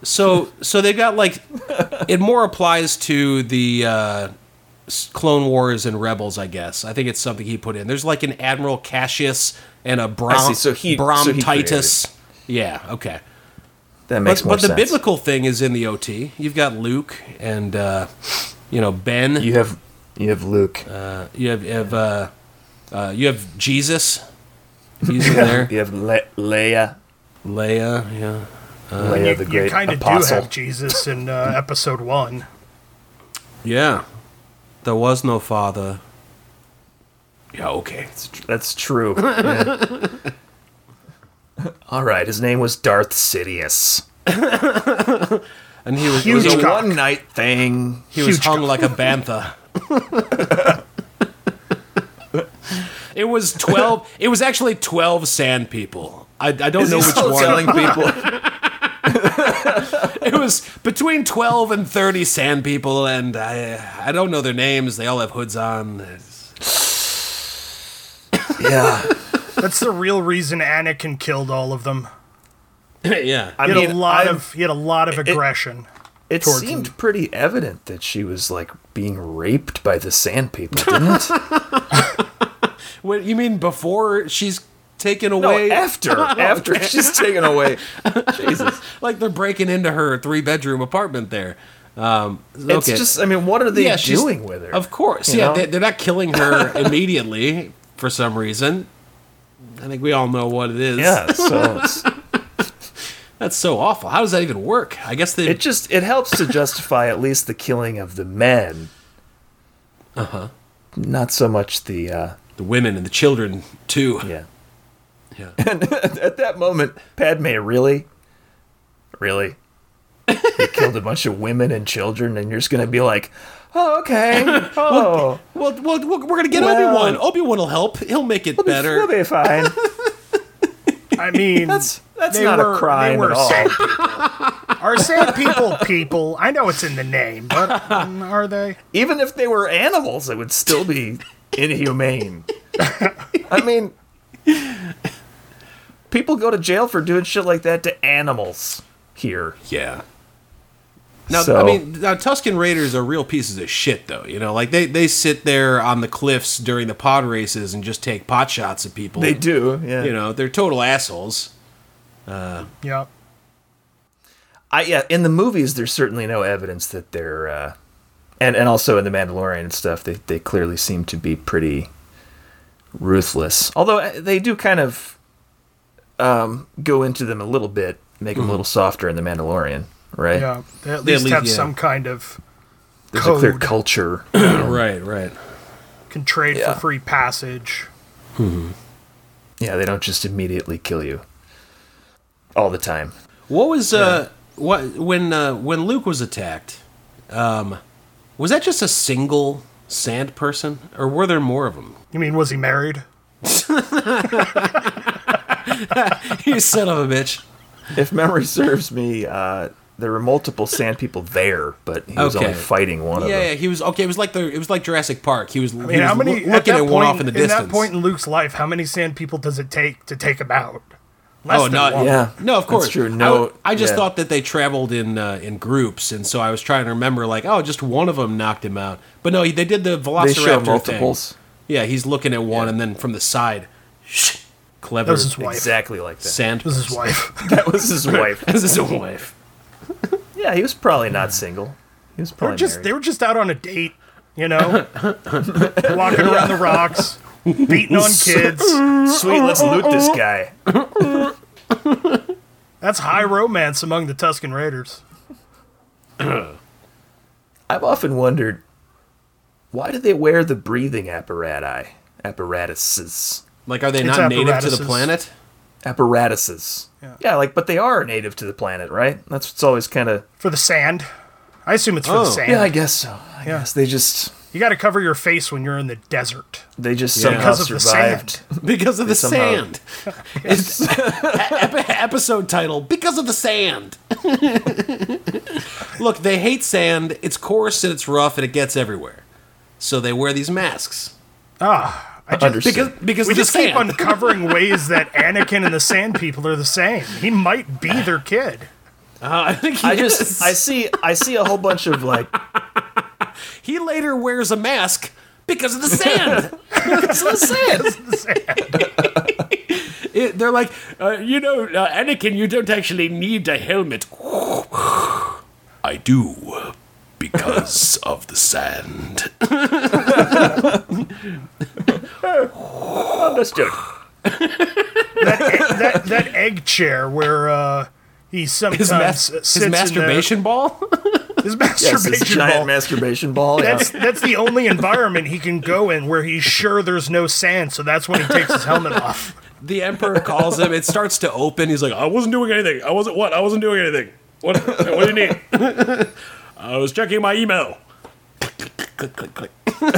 [SPEAKER 2] so so they got like it more applies to the uh, s- Clone Wars and Rebels, I guess. I think it's something he put in. There's like an Admiral Cassius and a Brom,
[SPEAKER 3] see. So he-
[SPEAKER 2] Brom
[SPEAKER 3] so he
[SPEAKER 2] Titus. Yeah, okay.
[SPEAKER 3] That
[SPEAKER 2] But
[SPEAKER 3] makes more
[SPEAKER 2] but the
[SPEAKER 3] sense.
[SPEAKER 2] biblical thing is in the OT. You've got Luke and uh, you know Ben.
[SPEAKER 3] you have you have Luke.
[SPEAKER 2] Uh, you have, you have uh, uh, you have Jesus. He's in there.
[SPEAKER 3] You have Le- Leia.
[SPEAKER 2] Leia, yeah. Uh,
[SPEAKER 3] Leia the
[SPEAKER 1] You
[SPEAKER 3] great
[SPEAKER 1] kind of do
[SPEAKER 3] apostle.
[SPEAKER 1] have Jesus in uh, Episode One.
[SPEAKER 2] Yeah. There was no father. Yeah, okay.
[SPEAKER 3] That's true. Yeah. All right, his name was Darth Sidious.
[SPEAKER 2] And he
[SPEAKER 1] Huge
[SPEAKER 2] was, he was,
[SPEAKER 3] It's a
[SPEAKER 1] cock.
[SPEAKER 3] one night thing.
[SPEAKER 2] he was
[SPEAKER 1] huge
[SPEAKER 2] hung like a bantha. it was 12. It was actually 12 sand people. I, I don't know
[SPEAKER 3] He's
[SPEAKER 2] which
[SPEAKER 3] still
[SPEAKER 2] one.
[SPEAKER 3] telling people.
[SPEAKER 2] It was between 12 and 30 sand people, and I, I don't know their names. They all have hoods on. It's-
[SPEAKER 3] yeah,
[SPEAKER 1] That's the real reason Anakin killed all of them.
[SPEAKER 2] yeah.
[SPEAKER 3] I
[SPEAKER 1] He had
[SPEAKER 3] mean,
[SPEAKER 1] a lot
[SPEAKER 3] I'm-
[SPEAKER 1] of he had a lot of aggression.
[SPEAKER 3] It
[SPEAKER 1] towards
[SPEAKER 3] seemed pretty evident that she was like being raped by the sand people, didn't it?
[SPEAKER 2] What, you mean before she's taken
[SPEAKER 3] no,
[SPEAKER 2] away?
[SPEAKER 3] after after she's taken away. Jesus,
[SPEAKER 2] like they're breaking into her three bedroom apartment there. Um,
[SPEAKER 3] it's
[SPEAKER 2] okay.
[SPEAKER 3] just. I mean, what are they
[SPEAKER 2] Yeah, she's-
[SPEAKER 3] doing with her?
[SPEAKER 2] Of course,
[SPEAKER 3] You
[SPEAKER 2] yeah,
[SPEAKER 3] know?
[SPEAKER 2] they, they're not killing her immediately for some reason. I think we all know what it is.
[SPEAKER 3] yeah, so it's-
[SPEAKER 2] that's so awful. How does that even work? I guess they.
[SPEAKER 3] it just it helps to justify at least the killing of the men. Uh huh. Not so much the uh,
[SPEAKER 2] the women and the children too.
[SPEAKER 3] yeah.
[SPEAKER 2] Yeah.
[SPEAKER 3] At that moment, Padme really, really, you killed a bunch of women and children, and you're just gonna be like, oh okay, oh,
[SPEAKER 2] well, well, we're we're gonna get
[SPEAKER 3] Well-
[SPEAKER 2] Obi Wan. Obi Wan will help. He'll make it better.
[SPEAKER 3] we'll be fine.
[SPEAKER 1] I mean,
[SPEAKER 3] That's that's
[SPEAKER 1] They
[SPEAKER 3] not
[SPEAKER 1] were-
[SPEAKER 3] a
[SPEAKER 1] they
[SPEAKER 3] crime
[SPEAKER 1] were
[SPEAKER 3] at all.
[SPEAKER 1] sand are sand people people? I know it's in the name, but mm, are they?
[SPEAKER 3] Even if they were animals, it would still be inhumane. I mean, people go to jail for doing shit like that to animals here.
[SPEAKER 2] Yeah. Now, I
[SPEAKER 3] So-
[SPEAKER 2] mean, now Tuscan Raiders are real pieces of shit, though. You know, like they, they sit there on the cliffs during the pod races and just take pot shots at people.
[SPEAKER 3] They do, yeah.
[SPEAKER 2] You know, they're total assholes.
[SPEAKER 1] Yeah.
[SPEAKER 3] I yeah, in the movies there's certainly no evidence that they're uh and and also in the Mandalorian and stuff they they clearly seem to be pretty ruthless. Although uh, they do kind of um go into them a little bit, make them a little softer in the Mandalorian, right?
[SPEAKER 1] Yeah, they at
[SPEAKER 2] They at
[SPEAKER 1] least
[SPEAKER 2] least-
[SPEAKER 1] have
[SPEAKER 2] yeah.
[SPEAKER 1] some kind of
[SPEAKER 3] There's a clear
[SPEAKER 1] code
[SPEAKER 3] culture.
[SPEAKER 2] Right, right.
[SPEAKER 1] can trade
[SPEAKER 3] Yeah.
[SPEAKER 1] for free passage.
[SPEAKER 3] yeah, they don't just immediately kill you all the time.
[SPEAKER 2] What was uh, what when uh, when Luke was attacked? Um, was that just a single sand person? Or were there more of them?
[SPEAKER 1] You mean, was he married?
[SPEAKER 2] you son of a bitch.
[SPEAKER 3] If memory serves me, uh, there were multiple sand people there, but he was
[SPEAKER 2] Okay.
[SPEAKER 3] only fighting one of
[SPEAKER 2] Yeah,
[SPEAKER 3] them.
[SPEAKER 2] yeah, he was okay. It was like the it was like Jurassic Park. He was,
[SPEAKER 1] I mean,
[SPEAKER 2] he was
[SPEAKER 1] how many?
[SPEAKER 2] loo-
[SPEAKER 1] at
[SPEAKER 2] looking
[SPEAKER 1] that
[SPEAKER 2] at one
[SPEAKER 1] point-
[SPEAKER 2] off in the distance.
[SPEAKER 1] At that point in Luke's life, how many sand people does it take to take him out? Less
[SPEAKER 2] Oh,
[SPEAKER 1] than
[SPEAKER 2] not
[SPEAKER 1] one.
[SPEAKER 3] Yeah.
[SPEAKER 2] No, of
[SPEAKER 3] That's
[SPEAKER 2] course.
[SPEAKER 3] true.
[SPEAKER 2] I-
[SPEAKER 3] No-
[SPEAKER 2] I, just
[SPEAKER 3] yeah.
[SPEAKER 2] thought that they traveled in uh, in groups, and so I was trying to remember, like, oh, just one of them knocked him out. But no, they did the Velociraptor
[SPEAKER 3] They show
[SPEAKER 2] thing.
[SPEAKER 3] multiples.
[SPEAKER 2] Yeah, he's looking at one, and then from the side, clever
[SPEAKER 1] That was his wife.
[SPEAKER 3] Exactly like that.
[SPEAKER 2] sand.
[SPEAKER 1] This is his wife.
[SPEAKER 3] That was his wife.
[SPEAKER 2] This is a wife.
[SPEAKER 3] Yeah, he was probably not single. He was
[SPEAKER 1] they were
[SPEAKER 3] probably
[SPEAKER 1] just
[SPEAKER 3] married.
[SPEAKER 1] they were just out on a date, you know, walking around the rocks, beating on kids.
[SPEAKER 3] Sweet, let's loot this guy.
[SPEAKER 1] That's high romance among the Tuscan Raiders.
[SPEAKER 3] I've often wondered why do they wear the breathing apparati apparatuses
[SPEAKER 2] Like, are they
[SPEAKER 1] It's
[SPEAKER 2] not native to the
[SPEAKER 1] apparatuses.
[SPEAKER 2] planet?
[SPEAKER 3] apparatuses?
[SPEAKER 1] Yeah.
[SPEAKER 3] like but they are native to the planet, right? That's what's always kind of
[SPEAKER 1] For the sand. I assume it's for
[SPEAKER 2] Oh.
[SPEAKER 1] the sand.
[SPEAKER 3] yeah, I guess so. I guess they just
[SPEAKER 1] You got to cover your face when you're in the desert.
[SPEAKER 3] they just somehow
[SPEAKER 1] Because of the
[SPEAKER 3] survived.
[SPEAKER 2] Because of the
[SPEAKER 3] somehow-
[SPEAKER 2] sand. It's- ep- episode title: Because of the sand. Look, they hate sand. It's coarse and it's rough and it gets everywhere. So they wear these masks.
[SPEAKER 1] Ah, I just,
[SPEAKER 3] Understood.
[SPEAKER 2] Because because
[SPEAKER 1] we
[SPEAKER 2] of the
[SPEAKER 1] just keep
[SPEAKER 2] sand.
[SPEAKER 1] uncovering ways that Anakin and the Sand People are the same. He might
[SPEAKER 2] Ah.
[SPEAKER 1] be their kid.
[SPEAKER 2] I think
[SPEAKER 3] I just I see I see a whole bunch of like
[SPEAKER 2] he later wears a mask because of the sand.
[SPEAKER 3] it's the sand.
[SPEAKER 1] The sand.
[SPEAKER 2] It- they're like, uh, you know, uh, Anakin, you don't actually need a helmet. I do because of the sand.
[SPEAKER 3] Oh, that's joke.
[SPEAKER 1] that that egg chair where uh, he sometimes
[SPEAKER 2] His, mas-
[SPEAKER 1] sits
[SPEAKER 2] his
[SPEAKER 1] in there-
[SPEAKER 2] masturbation ball.
[SPEAKER 1] his
[SPEAKER 3] Yes, it's a
[SPEAKER 1] masturbation
[SPEAKER 3] giant
[SPEAKER 1] ball.
[SPEAKER 3] masturbation ball. Yeah.
[SPEAKER 1] That's that's the only environment he can go in where he's sure there's no sand. So that's when he takes his helmet off.
[SPEAKER 2] the emperor calls him. It starts to open. He's like, I wasn't doing anything. I wasn't what? I wasn't doing anything. What? What do you need? I was checking my email. Click, click, click.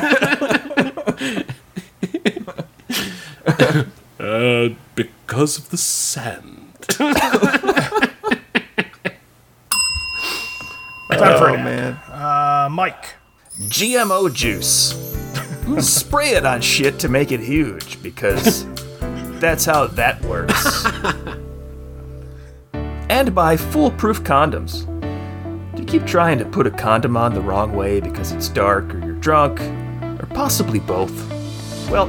[SPEAKER 2] uh, because of the sand.
[SPEAKER 1] Time for
[SPEAKER 3] Oh
[SPEAKER 1] an ad.
[SPEAKER 3] man.
[SPEAKER 1] Uh, Mike.
[SPEAKER 3] GMO juice. Spray it on shit to make it huge because that's how that works. and buy foolproof condoms. Do you keep trying to put a condom on the wrong way because it's dark or you're drunk or possibly both? Well,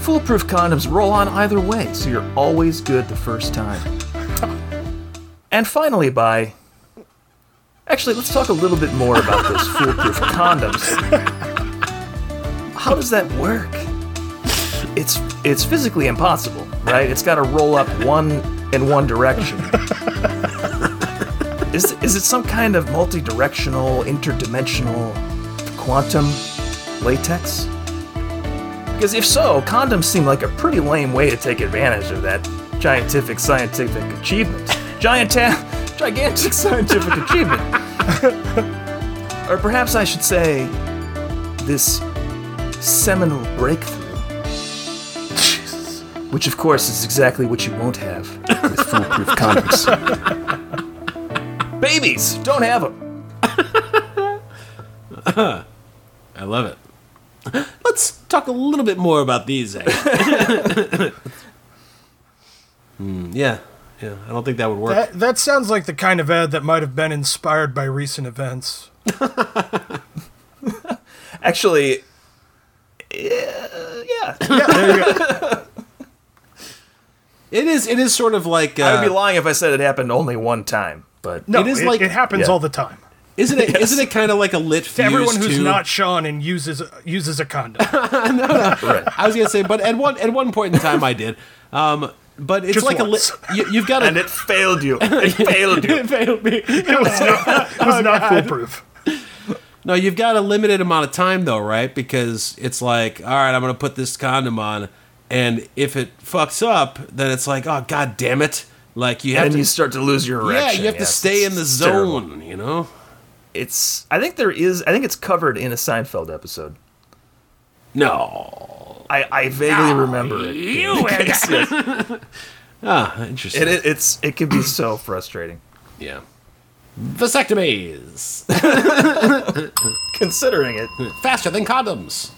[SPEAKER 3] foolproof condoms roll on either way, so you're always good the first time. and finally, buy Actually, let's talk a little bit more about those foolproof condoms. How does that work? It's it's physically impossible, right? It's got to roll up one in one direction. Is is it some kind of multi-directional, interdimensional, quantum latex? Because if so, condoms seem like a pretty lame way to take advantage of that gigantic scientific achievement. Giant, gigantic scientific achievement. or perhaps I should say, this seminal breakthrough. Which, of course, is exactly what you won't have with foolproof condoms. Babies! Don't have them!
[SPEAKER 2] I love it. Let's talk a little bit more about these. actually. Hmm, yeah, yeah. I don't think that would work.
[SPEAKER 1] That that sounds like the kind of ad that might have been inspired by recent events.
[SPEAKER 3] Actually, yeah, yeah.
[SPEAKER 1] Yeah, there you go.
[SPEAKER 2] it is. It is sort of like. Uh,
[SPEAKER 3] I'd be lying if I said it happened only one time, but
[SPEAKER 1] No,
[SPEAKER 2] It
[SPEAKER 1] it
[SPEAKER 2] is
[SPEAKER 1] is
[SPEAKER 2] like-
[SPEAKER 1] it, happens
[SPEAKER 3] yeah.
[SPEAKER 1] all the time.
[SPEAKER 2] Isn't it? not it kind of like a lit fuse
[SPEAKER 1] To everyone who's
[SPEAKER 2] too?
[SPEAKER 1] not Sean and uses uses a condom.
[SPEAKER 3] right.
[SPEAKER 2] I was gonna say, but at one at one point in time, I did. Um, but it's
[SPEAKER 1] Just
[SPEAKER 2] like
[SPEAKER 1] once.
[SPEAKER 2] a lit. You, you've got a.
[SPEAKER 3] and it failed you. It failed you.
[SPEAKER 2] it failed me.
[SPEAKER 1] It was not, it was not foolproof.
[SPEAKER 2] No, you've got a limited amount of time though, right? Because it's like, all right, I'm gonna put this condom on, and if it fucks up, then it's like, oh god damn it! Like you have
[SPEAKER 3] And
[SPEAKER 2] to.
[SPEAKER 3] you start to lose your
[SPEAKER 2] yeah,
[SPEAKER 3] erection.
[SPEAKER 2] you have to
[SPEAKER 3] yes,
[SPEAKER 2] stay in the
[SPEAKER 3] it's terrible.
[SPEAKER 2] zone. You know.
[SPEAKER 3] it's I think there is I think it's covered in a Seinfeld episode.
[SPEAKER 2] No.
[SPEAKER 3] I, I vaguely remember it.
[SPEAKER 2] Ah, You and Ah, interesting.
[SPEAKER 3] And it, it's it can be so frustrating.
[SPEAKER 2] Yeah. Vasectomies.
[SPEAKER 3] Considering it,
[SPEAKER 2] faster than condoms.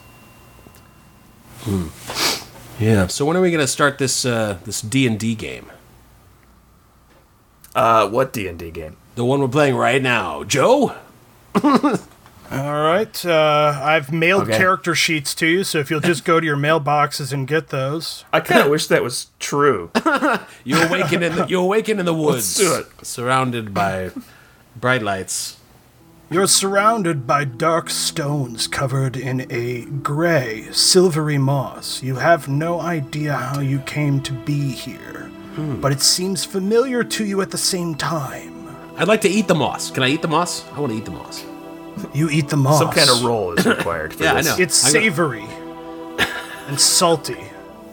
[SPEAKER 2] Hmm. Yeah. So when are we gonna start this uh, this D and D game?
[SPEAKER 3] uh, what D and D game?
[SPEAKER 2] The one we're playing right now, Joe.
[SPEAKER 1] All right. Uh, I've mailed
[SPEAKER 3] Okay.
[SPEAKER 1] character sheets to you, so if you'll just go to your mailboxes and get those.
[SPEAKER 3] I kind of wish that was true.
[SPEAKER 2] You awaken in the, you awaken in the woods,
[SPEAKER 3] do it.
[SPEAKER 2] surrounded by bright lights.
[SPEAKER 1] You're surrounded by dark stones covered in a gray, silvery moss. You have no idea how you came to be here,
[SPEAKER 3] Hmm.
[SPEAKER 1] but it seems familiar to you at the same time.
[SPEAKER 2] I'd like to eat the moss. Can I eat the moss? I want to eat the moss.
[SPEAKER 1] You eat the moss.
[SPEAKER 3] Some kind of roll is required. For
[SPEAKER 2] Yeah, I
[SPEAKER 3] this.
[SPEAKER 2] know.
[SPEAKER 1] It's
[SPEAKER 2] I'm gonna-
[SPEAKER 1] savory and salty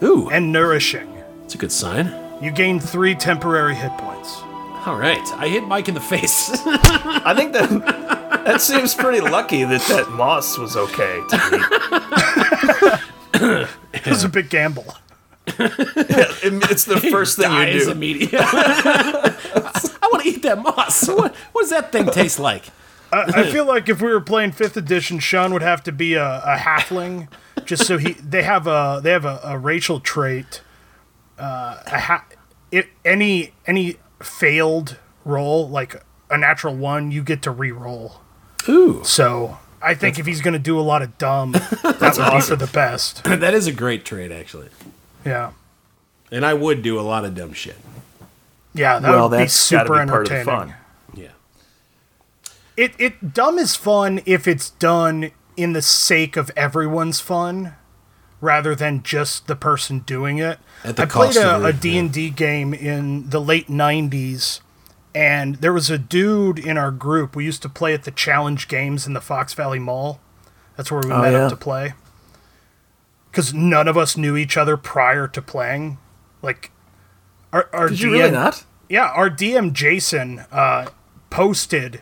[SPEAKER 2] Ooh,
[SPEAKER 1] and nourishing.
[SPEAKER 2] that's a good sign.
[SPEAKER 1] You gain three temporary hit points.
[SPEAKER 2] All right, I hit Mike in the face.
[SPEAKER 3] I think that that seems pretty lucky that that moss was okay. To
[SPEAKER 1] It was a big gamble.
[SPEAKER 3] eat. It- it's the first thing you
[SPEAKER 2] Dies
[SPEAKER 3] do.
[SPEAKER 2] immediately. I, want to eat that moss. What, what does that thing taste like?
[SPEAKER 1] I feel like if we were playing fifth edition, Sean would have to be a, a halfling, just so he they have a they have a, a racial trait. Uh, a ha- it, any any failed roll, like a natural one, you get to re-roll.
[SPEAKER 2] Ooh,
[SPEAKER 1] So I think if he's going to do a lot of dumb, that would be for the best.
[SPEAKER 2] that is a great trade, actually.
[SPEAKER 1] Yeah,
[SPEAKER 2] And I would do a lot of dumb shit.
[SPEAKER 1] yeah, that
[SPEAKER 3] Well,
[SPEAKER 1] would be
[SPEAKER 3] that's got to
[SPEAKER 1] super
[SPEAKER 3] be part of the
[SPEAKER 1] entertaining.
[SPEAKER 3] fun.
[SPEAKER 2] Yeah.
[SPEAKER 1] It it dumb is fun if it's done in the sake of everyone's fun, rather than just the person doing it.
[SPEAKER 2] At the
[SPEAKER 1] I
[SPEAKER 2] cost
[SPEAKER 1] played
[SPEAKER 2] of
[SPEAKER 1] a,
[SPEAKER 2] the-
[SPEAKER 1] a D and D game in the late '90s, and there was a dude in our group. We used to play at the Challenge Games in the Fox Valley Mall. That's where we met
[SPEAKER 3] yeah.
[SPEAKER 1] up to play. Because none of us knew each other prior to playing. Like, our, our
[SPEAKER 3] Did you
[SPEAKER 1] DM
[SPEAKER 3] really not?
[SPEAKER 1] yeah, our DM Jason uh, posted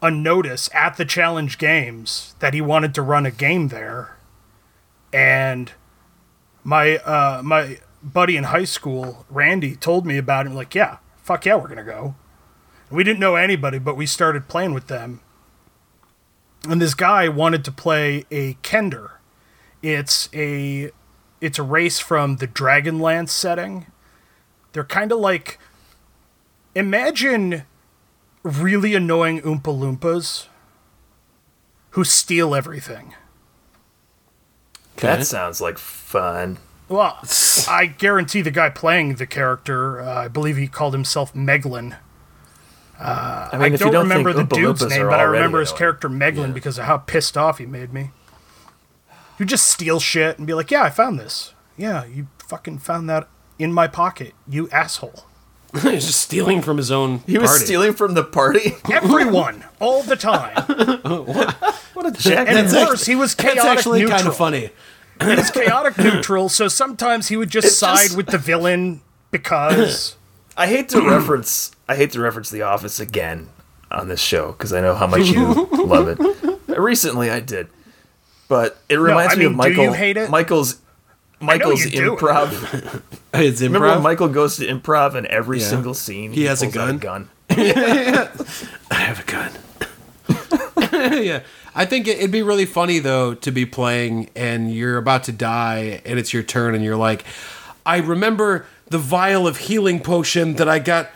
[SPEAKER 1] a notice at the challenge games that he wanted to run a game there, and my uh, my buddy in high school, Randy, told me about it. I'm like, yeah, fuck yeah, we're gonna go. We didn't know anybody, but we started playing with them. And this guy wanted to play a kender. It's a it's a race from the Dragonlance setting they're kind of like imagine really annoying oompa loompas who steal everything
[SPEAKER 2] Okay.
[SPEAKER 3] That sounds like fun.
[SPEAKER 1] well i guarantee the guy playing the character uh, i believe he called himself meglin
[SPEAKER 3] I mean,
[SPEAKER 1] i
[SPEAKER 3] if
[SPEAKER 1] don't,
[SPEAKER 3] you don't
[SPEAKER 1] remember the
[SPEAKER 3] think Oompa
[SPEAKER 1] dude's
[SPEAKER 3] Loompas
[SPEAKER 1] name
[SPEAKER 3] are
[SPEAKER 1] but i
[SPEAKER 3] already
[SPEAKER 1] remember his
[SPEAKER 3] annoying.
[SPEAKER 1] character meglin because of how pissed off he made me you just steal shit and be like yeah i found this yeah you fucking found that in my pocket you asshole
[SPEAKER 2] he was just stealing from his own.
[SPEAKER 3] He was stealing from the party.
[SPEAKER 1] everyone all the time
[SPEAKER 3] What a jack!
[SPEAKER 1] and
[SPEAKER 3] That's
[SPEAKER 1] worse he was chaotic
[SPEAKER 2] That's actually
[SPEAKER 1] neutral.
[SPEAKER 2] kind of funny.
[SPEAKER 1] It's chaotic neutral, so sometimes he would just
[SPEAKER 3] It's
[SPEAKER 1] side
[SPEAKER 3] just-
[SPEAKER 1] with the villain because
[SPEAKER 3] I hate to reference I hate to reference The Office again on this show because I know how much you love it. Recently, I did, but it reminds
[SPEAKER 1] I
[SPEAKER 3] me of
[SPEAKER 1] mean, do you
[SPEAKER 3] Michael.
[SPEAKER 1] hate it?
[SPEAKER 3] Michael's Michael's
[SPEAKER 1] you do it.
[SPEAKER 3] improv.
[SPEAKER 2] It's improv.
[SPEAKER 3] Remember when Michael goes to improv and every
[SPEAKER 2] Yeah.
[SPEAKER 3] single scene
[SPEAKER 2] He has a
[SPEAKER 3] pulls out
[SPEAKER 2] gun? I have a gun. yeah. I think it- it'd be really funny though to be playing and you're about to die and it's your turn and you're like, I remember the vial of healing potion that I got.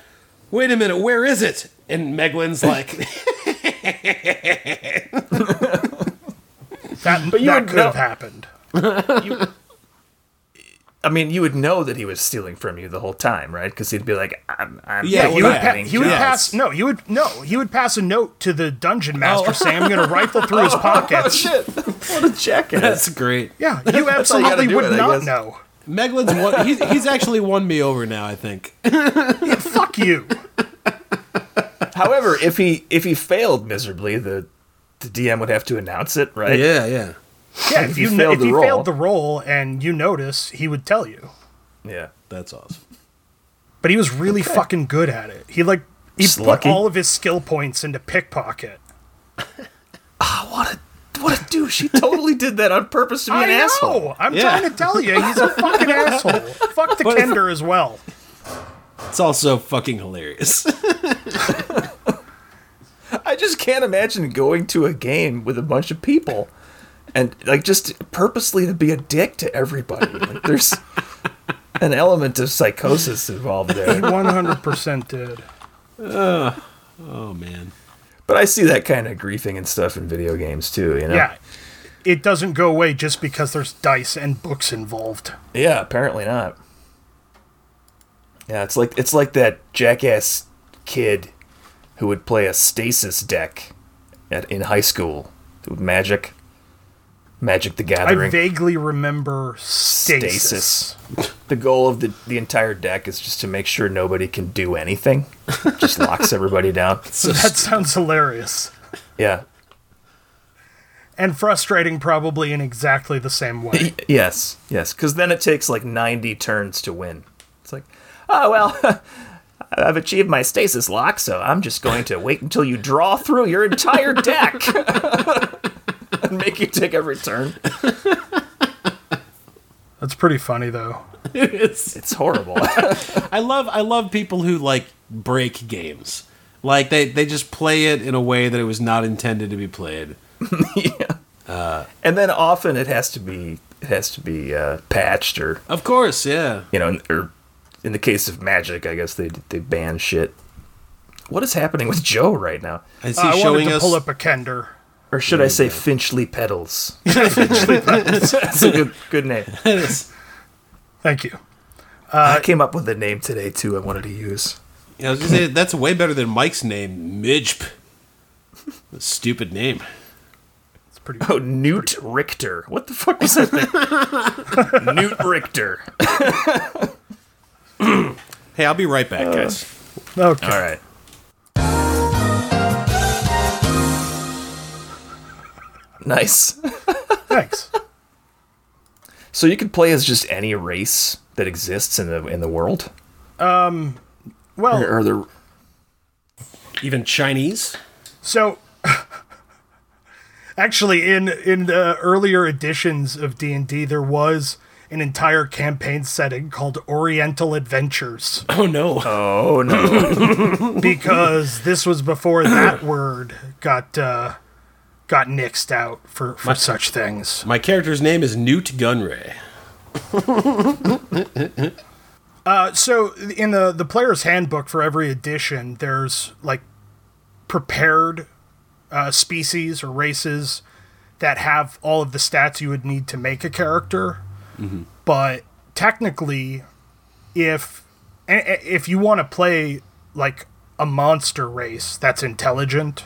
[SPEAKER 2] Wait a minute, where is it? And Meglin's like,
[SPEAKER 1] that,
[SPEAKER 3] you
[SPEAKER 1] that
[SPEAKER 3] would
[SPEAKER 1] could
[SPEAKER 3] know-
[SPEAKER 1] have happened.
[SPEAKER 3] I mean, you would know that he was stealing from you the whole time, right? Because he'd be like, "I'm, I'm
[SPEAKER 2] Yeah,
[SPEAKER 3] not
[SPEAKER 2] he
[SPEAKER 1] He would, pa-
[SPEAKER 3] getting
[SPEAKER 1] he would
[SPEAKER 3] jobs."
[SPEAKER 1] pass. No, he would no. He would pass a note to the dungeon master saying, "I'm going to rifle through his
[SPEAKER 3] Oh
[SPEAKER 1] pockets."
[SPEAKER 3] shit! What a jackass!
[SPEAKER 2] That's great.
[SPEAKER 1] Yeah, you
[SPEAKER 3] how you gotta
[SPEAKER 1] absolutely
[SPEAKER 3] do
[SPEAKER 1] would
[SPEAKER 3] it, I
[SPEAKER 1] not
[SPEAKER 3] guess.
[SPEAKER 1] know.
[SPEAKER 2] Meglin's won, he's, he's actually won me over now, I think.
[SPEAKER 1] Fuck you.
[SPEAKER 3] However, if he if he failed miserably, the the DM would have to announce it, right?
[SPEAKER 2] Yeah, yeah.
[SPEAKER 1] Yeah, if
[SPEAKER 3] you
[SPEAKER 1] you kn-
[SPEAKER 3] failed
[SPEAKER 1] if
[SPEAKER 3] the
[SPEAKER 1] he
[SPEAKER 3] roll-
[SPEAKER 1] failed the roll and you notice, he would tell you.
[SPEAKER 3] Yeah.
[SPEAKER 2] That's awesome.
[SPEAKER 1] But he was really fucking good at it. He like he
[SPEAKER 3] Just
[SPEAKER 1] put
[SPEAKER 3] lucky.
[SPEAKER 1] all of his skill points into pickpocket.
[SPEAKER 3] What a what a douche! He totally did that on purpose to be
[SPEAKER 1] I
[SPEAKER 3] an
[SPEAKER 1] know.
[SPEAKER 3] asshole.
[SPEAKER 1] I'm
[SPEAKER 2] Yeah.
[SPEAKER 1] trying to tell you, he's a fucking asshole. Fuck the Kender as well.
[SPEAKER 2] It's also fucking hilarious.
[SPEAKER 3] I just can't imagine going to a game with a bunch of people and like just purposely to be a dick to everybody. Like there's an element of psychosis involved
[SPEAKER 1] He
[SPEAKER 3] there.
[SPEAKER 1] 100% did.
[SPEAKER 2] oh man.
[SPEAKER 3] But I see that kind of griefing and stuff in video games too, you know.
[SPEAKER 1] Yeah. It doesn't go away just because there's dice and books involved.
[SPEAKER 3] Yeah, apparently not. Yeah, it's like it's like that jackass kid who would play a stasis deck at in high school with Magic, Magic the
[SPEAKER 1] I
[SPEAKER 3] Gathering.
[SPEAKER 1] vaguely remember stasis.
[SPEAKER 3] Stasis. the goal of the the entire deck is just to make sure nobody can do anything. just locks everybody down.
[SPEAKER 2] So
[SPEAKER 1] That sounds hilarious.
[SPEAKER 3] Yeah.
[SPEAKER 1] And frustrating, probably in exactly the same way.
[SPEAKER 3] Yes. Yes. Because then it takes like ninety turns to win. It's like, oh well. I've achieved my stasis lock, so I'm just going to wait until you draw through your entire deck and make you take every turn.
[SPEAKER 1] That's pretty funny, though.
[SPEAKER 2] it's
[SPEAKER 3] It's horrible.
[SPEAKER 2] I love I love people who like break games. Like they they just play it in a way that it was not intended to be played.
[SPEAKER 3] and then often it has to be it has to be uh, patched or
[SPEAKER 2] Of course, yeah.
[SPEAKER 3] you know, in- or in the case of magic, I guess they they ban shit. What is happening with Joe right now?
[SPEAKER 2] Is he
[SPEAKER 1] I wanted
[SPEAKER 2] showing
[SPEAKER 1] to
[SPEAKER 2] us
[SPEAKER 1] pull up a Kender.
[SPEAKER 3] Or should I say Finchley Petals? That's a good good name.
[SPEAKER 1] Thank you.
[SPEAKER 3] I came up with a name today too. I wanted to use.
[SPEAKER 2] Yeah, I was gonna say that's way better than Mike's name, Midgep. Stupid name.
[SPEAKER 1] It's pretty.
[SPEAKER 3] Oh, Newt Richter. What the fuck was that thing? Newt Richter.
[SPEAKER 2] Hey, I'll be right back, guys.
[SPEAKER 1] Okay.
[SPEAKER 3] All right. Nice.
[SPEAKER 1] Thanks.
[SPEAKER 3] So you could play as just any race that exists in the in the world,
[SPEAKER 1] Well,
[SPEAKER 3] or, or the
[SPEAKER 2] Even Chinese?
[SPEAKER 1] So actually in in the earlier editions of D&D there was an entire campaign setting called Oriental Adventures
[SPEAKER 2] Oh no.
[SPEAKER 3] oh no.
[SPEAKER 1] because this was before that word got uh got nixed out for for such things.
[SPEAKER 2] My character's name is Newt Gunray.
[SPEAKER 1] Uh, so in the the player's handbook for every edition there's like prepared uh, species or races that have all of the stats you would need to make a character but technically if a- a- if you want to play like a monster race that's intelligent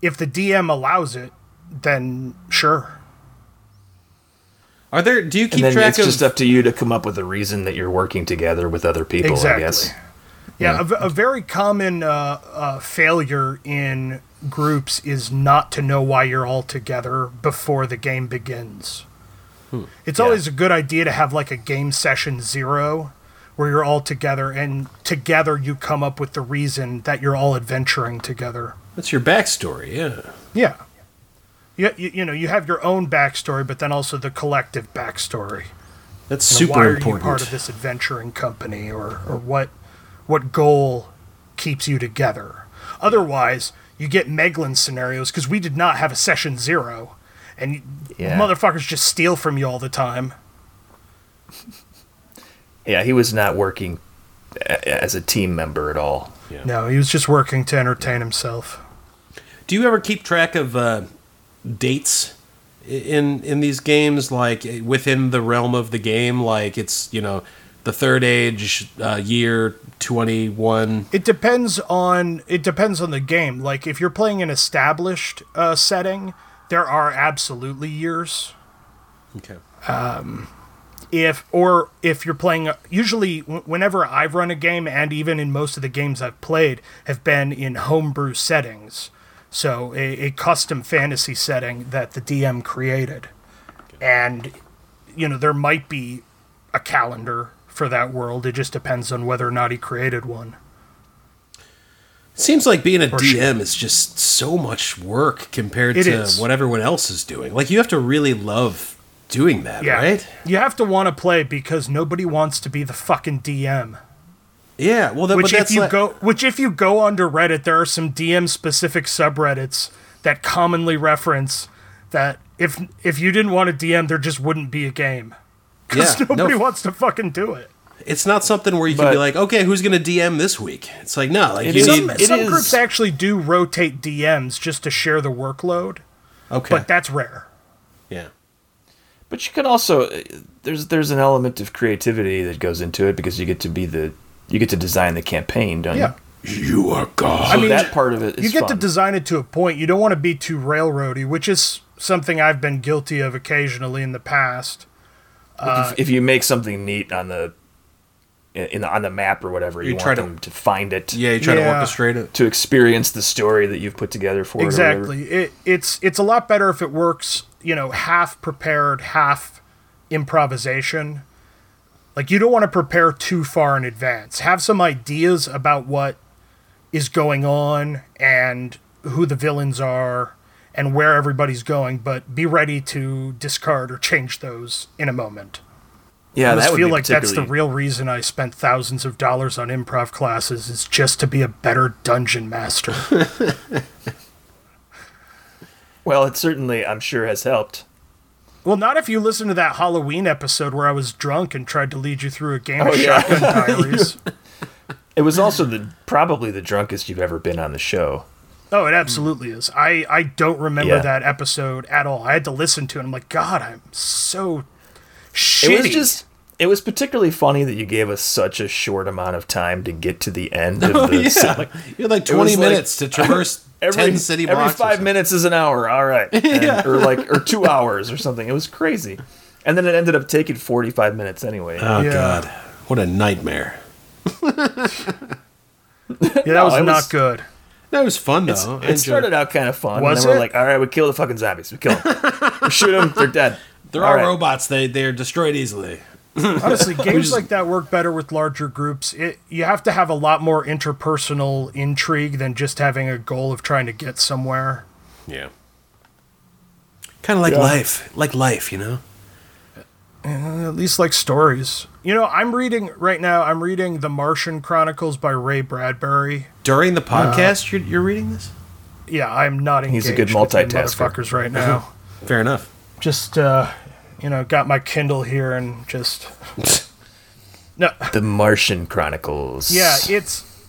[SPEAKER 1] if the dm allows it then sure
[SPEAKER 2] Are there? Do you keep
[SPEAKER 3] And then
[SPEAKER 2] track
[SPEAKER 3] it's
[SPEAKER 2] of?
[SPEAKER 3] just up to you to come up with a reason that you're working together with other people. I guess.
[SPEAKER 1] Yeah, a v- A, very common uh, uh, failure in groups is not to know why you're all together before the game begins.
[SPEAKER 3] Hmm.
[SPEAKER 1] It's always a good idea to have like a game session zero where you're all together and together you come up with the reason that you're all adventuring together.
[SPEAKER 2] That's your backstory, yeah.
[SPEAKER 1] Yeah. You, you, you know, you have your own backstory, but then also the collective backstory.
[SPEAKER 2] That's
[SPEAKER 1] You know, why
[SPEAKER 2] super
[SPEAKER 1] are
[SPEAKER 2] important.
[SPEAKER 1] you part of this adventuring company or, or what what goal keeps you together otherwise you get meglin scenarios because we did not have a session zero and you-
[SPEAKER 3] Yeah.
[SPEAKER 1] motherfuckers just steal from you all the time
[SPEAKER 3] Yeah, he was not working a- as a team member at all.
[SPEAKER 1] no he was just working to entertain himself
[SPEAKER 2] Do you ever keep track of uh, dates i- in in these games, like eh, within the realm of the game? Like it's you know, the Third Age uh, year twenty one.
[SPEAKER 1] it depends on it depends on the game like if you're playing an established uh, setting there are absolutely years
[SPEAKER 2] Okay.
[SPEAKER 1] if or if you're playing usually w- whenever i've run a game and even in most of the games i've played have been in homebrew settings so a, a custom fantasy setting that the dm created and you know there might be a calendar for that world it just depends on whether or not he created one
[SPEAKER 2] Seems like being a
[SPEAKER 1] she-
[SPEAKER 2] DM is just so much work compared
[SPEAKER 1] It
[SPEAKER 2] to
[SPEAKER 1] is.
[SPEAKER 2] what everyone else is doing. Like you have to really love doing that,
[SPEAKER 1] Yeah.
[SPEAKER 2] right?
[SPEAKER 1] You have to want to play because nobody wants to be the fucking DM.
[SPEAKER 2] Yeah. Well, that,
[SPEAKER 1] Which
[SPEAKER 2] but that's
[SPEAKER 1] if you
[SPEAKER 2] like-
[SPEAKER 1] go which if you go onto Reddit, there are some DM specific subreddits that commonly reference that if if you didn't want a DM, there just wouldn't be a game. Because
[SPEAKER 2] Yeah, no.
[SPEAKER 1] nobody wants to fucking do it.
[SPEAKER 2] it's not something where you can
[SPEAKER 3] But-
[SPEAKER 2] be like, okay, who's gonna DM this week? It's like no, like
[SPEAKER 3] It
[SPEAKER 2] you
[SPEAKER 3] is-
[SPEAKER 2] need.
[SPEAKER 1] Some,
[SPEAKER 3] it
[SPEAKER 1] some
[SPEAKER 3] is-
[SPEAKER 1] groups actually do rotate DMs just to share the workload,
[SPEAKER 2] okay.
[SPEAKER 1] but that's rare.
[SPEAKER 2] yeah.
[SPEAKER 3] But you can also uh, there's there's an element of creativity that goes into it because you get to be the you get to design the campaign, don't
[SPEAKER 1] Yeah.
[SPEAKER 3] you?
[SPEAKER 2] You are God.
[SPEAKER 3] So
[SPEAKER 1] mean,
[SPEAKER 3] that part of it is
[SPEAKER 1] you get to
[SPEAKER 3] fun.
[SPEAKER 1] design it to a point. You don't want to be too railroady, which is something I've been guilty of occasionally in the past.
[SPEAKER 3] if, if you make something neat on the in the, on the map or whatever, you,
[SPEAKER 2] You
[SPEAKER 3] want
[SPEAKER 2] try to-
[SPEAKER 3] them to find it,
[SPEAKER 2] yeah, you try
[SPEAKER 1] Yeah.
[SPEAKER 2] to orchestrate it.
[SPEAKER 3] to experience the story that you've put together for it. or whatever.
[SPEAKER 1] Exactly. It, it's it's a lot better if it works. You know, half prepared, half improvisation. Like you don't want to prepare too far in advance. Have some ideas about what is going on and who the villains are and where everybody's going, but be ready to discard or change those in a moment.
[SPEAKER 3] Yeah,
[SPEAKER 1] I
[SPEAKER 3] that
[SPEAKER 1] just
[SPEAKER 3] would
[SPEAKER 1] feel
[SPEAKER 3] be
[SPEAKER 1] like that's the
[SPEAKER 3] particularly-
[SPEAKER 1] real reason I spent thousands of dollars on improv classes is just to be a better dungeon master.
[SPEAKER 3] Well, it certainly I'm sure has helped.
[SPEAKER 1] well, not if you listen to that Halloween episode where I was drunk and tried to lead you through a game
[SPEAKER 3] Oh,
[SPEAKER 1] of
[SPEAKER 3] yeah.
[SPEAKER 1] Shotgun Diaries.
[SPEAKER 3] It was also the probably the drunkest you've ever been on the show.
[SPEAKER 1] Oh, it absolutely is. I, I don't remember
[SPEAKER 3] Yeah.
[SPEAKER 1] that episode at all. I had to listen to it. I'm like, God, I'm so
[SPEAKER 3] It
[SPEAKER 1] shitty.
[SPEAKER 3] was just it was particularly funny that you gave us such a short amount of time to get to the end of the
[SPEAKER 2] Oh, yeah.
[SPEAKER 3] set.
[SPEAKER 2] you had like
[SPEAKER 3] was
[SPEAKER 2] 20
[SPEAKER 3] like-
[SPEAKER 2] minutes to traverse
[SPEAKER 3] every
[SPEAKER 2] 10 city blocks.
[SPEAKER 3] every
[SPEAKER 2] or
[SPEAKER 3] five
[SPEAKER 2] something.
[SPEAKER 3] minutes is an hour. All right, And- or like or two hours or something. It was crazy, and then it ended up taking forty five minutes anyway.
[SPEAKER 2] Oh,
[SPEAKER 1] Yeah.
[SPEAKER 2] God. What a nightmare.
[SPEAKER 1] yeah, that was
[SPEAKER 3] it
[SPEAKER 1] not
[SPEAKER 3] was-
[SPEAKER 1] good.
[SPEAKER 2] That was fun, though. I
[SPEAKER 3] it
[SPEAKER 2] enjoyed
[SPEAKER 3] started out kind of fun,
[SPEAKER 1] Was
[SPEAKER 3] and then
[SPEAKER 1] it?
[SPEAKER 3] we're like, all right, we kill the fucking zombies. We kill them, we shoot them, they're dead.
[SPEAKER 2] There
[SPEAKER 3] All
[SPEAKER 2] are
[SPEAKER 3] right.
[SPEAKER 2] robots. They they are destroyed easily.
[SPEAKER 1] Honestly, games like that work better with larger groups. It, you have to have a lot more interpersonal intrigue than just having a goal of trying to get somewhere.
[SPEAKER 2] Yeah. Kind of like
[SPEAKER 3] Yeah.
[SPEAKER 2] life, like life, you know.
[SPEAKER 1] Uh, At least like stories. You know, I'm reading right now, I'm reading The Martian Chronicles by Ray Bradbury.
[SPEAKER 2] During the podcast, you're, you're reading this.
[SPEAKER 1] Yeah, I'm not engaged
[SPEAKER 3] He's a good
[SPEAKER 1] with you
[SPEAKER 3] multitasker.
[SPEAKER 1] motherfuckers right now.
[SPEAKER 2] Fair enough.
[SPEAKER 1] just uh, you know, got my Kindle here and just No,
[SPEAKER 3] The Martian Chronicles.
[SPEAKER 1] Yeah, it's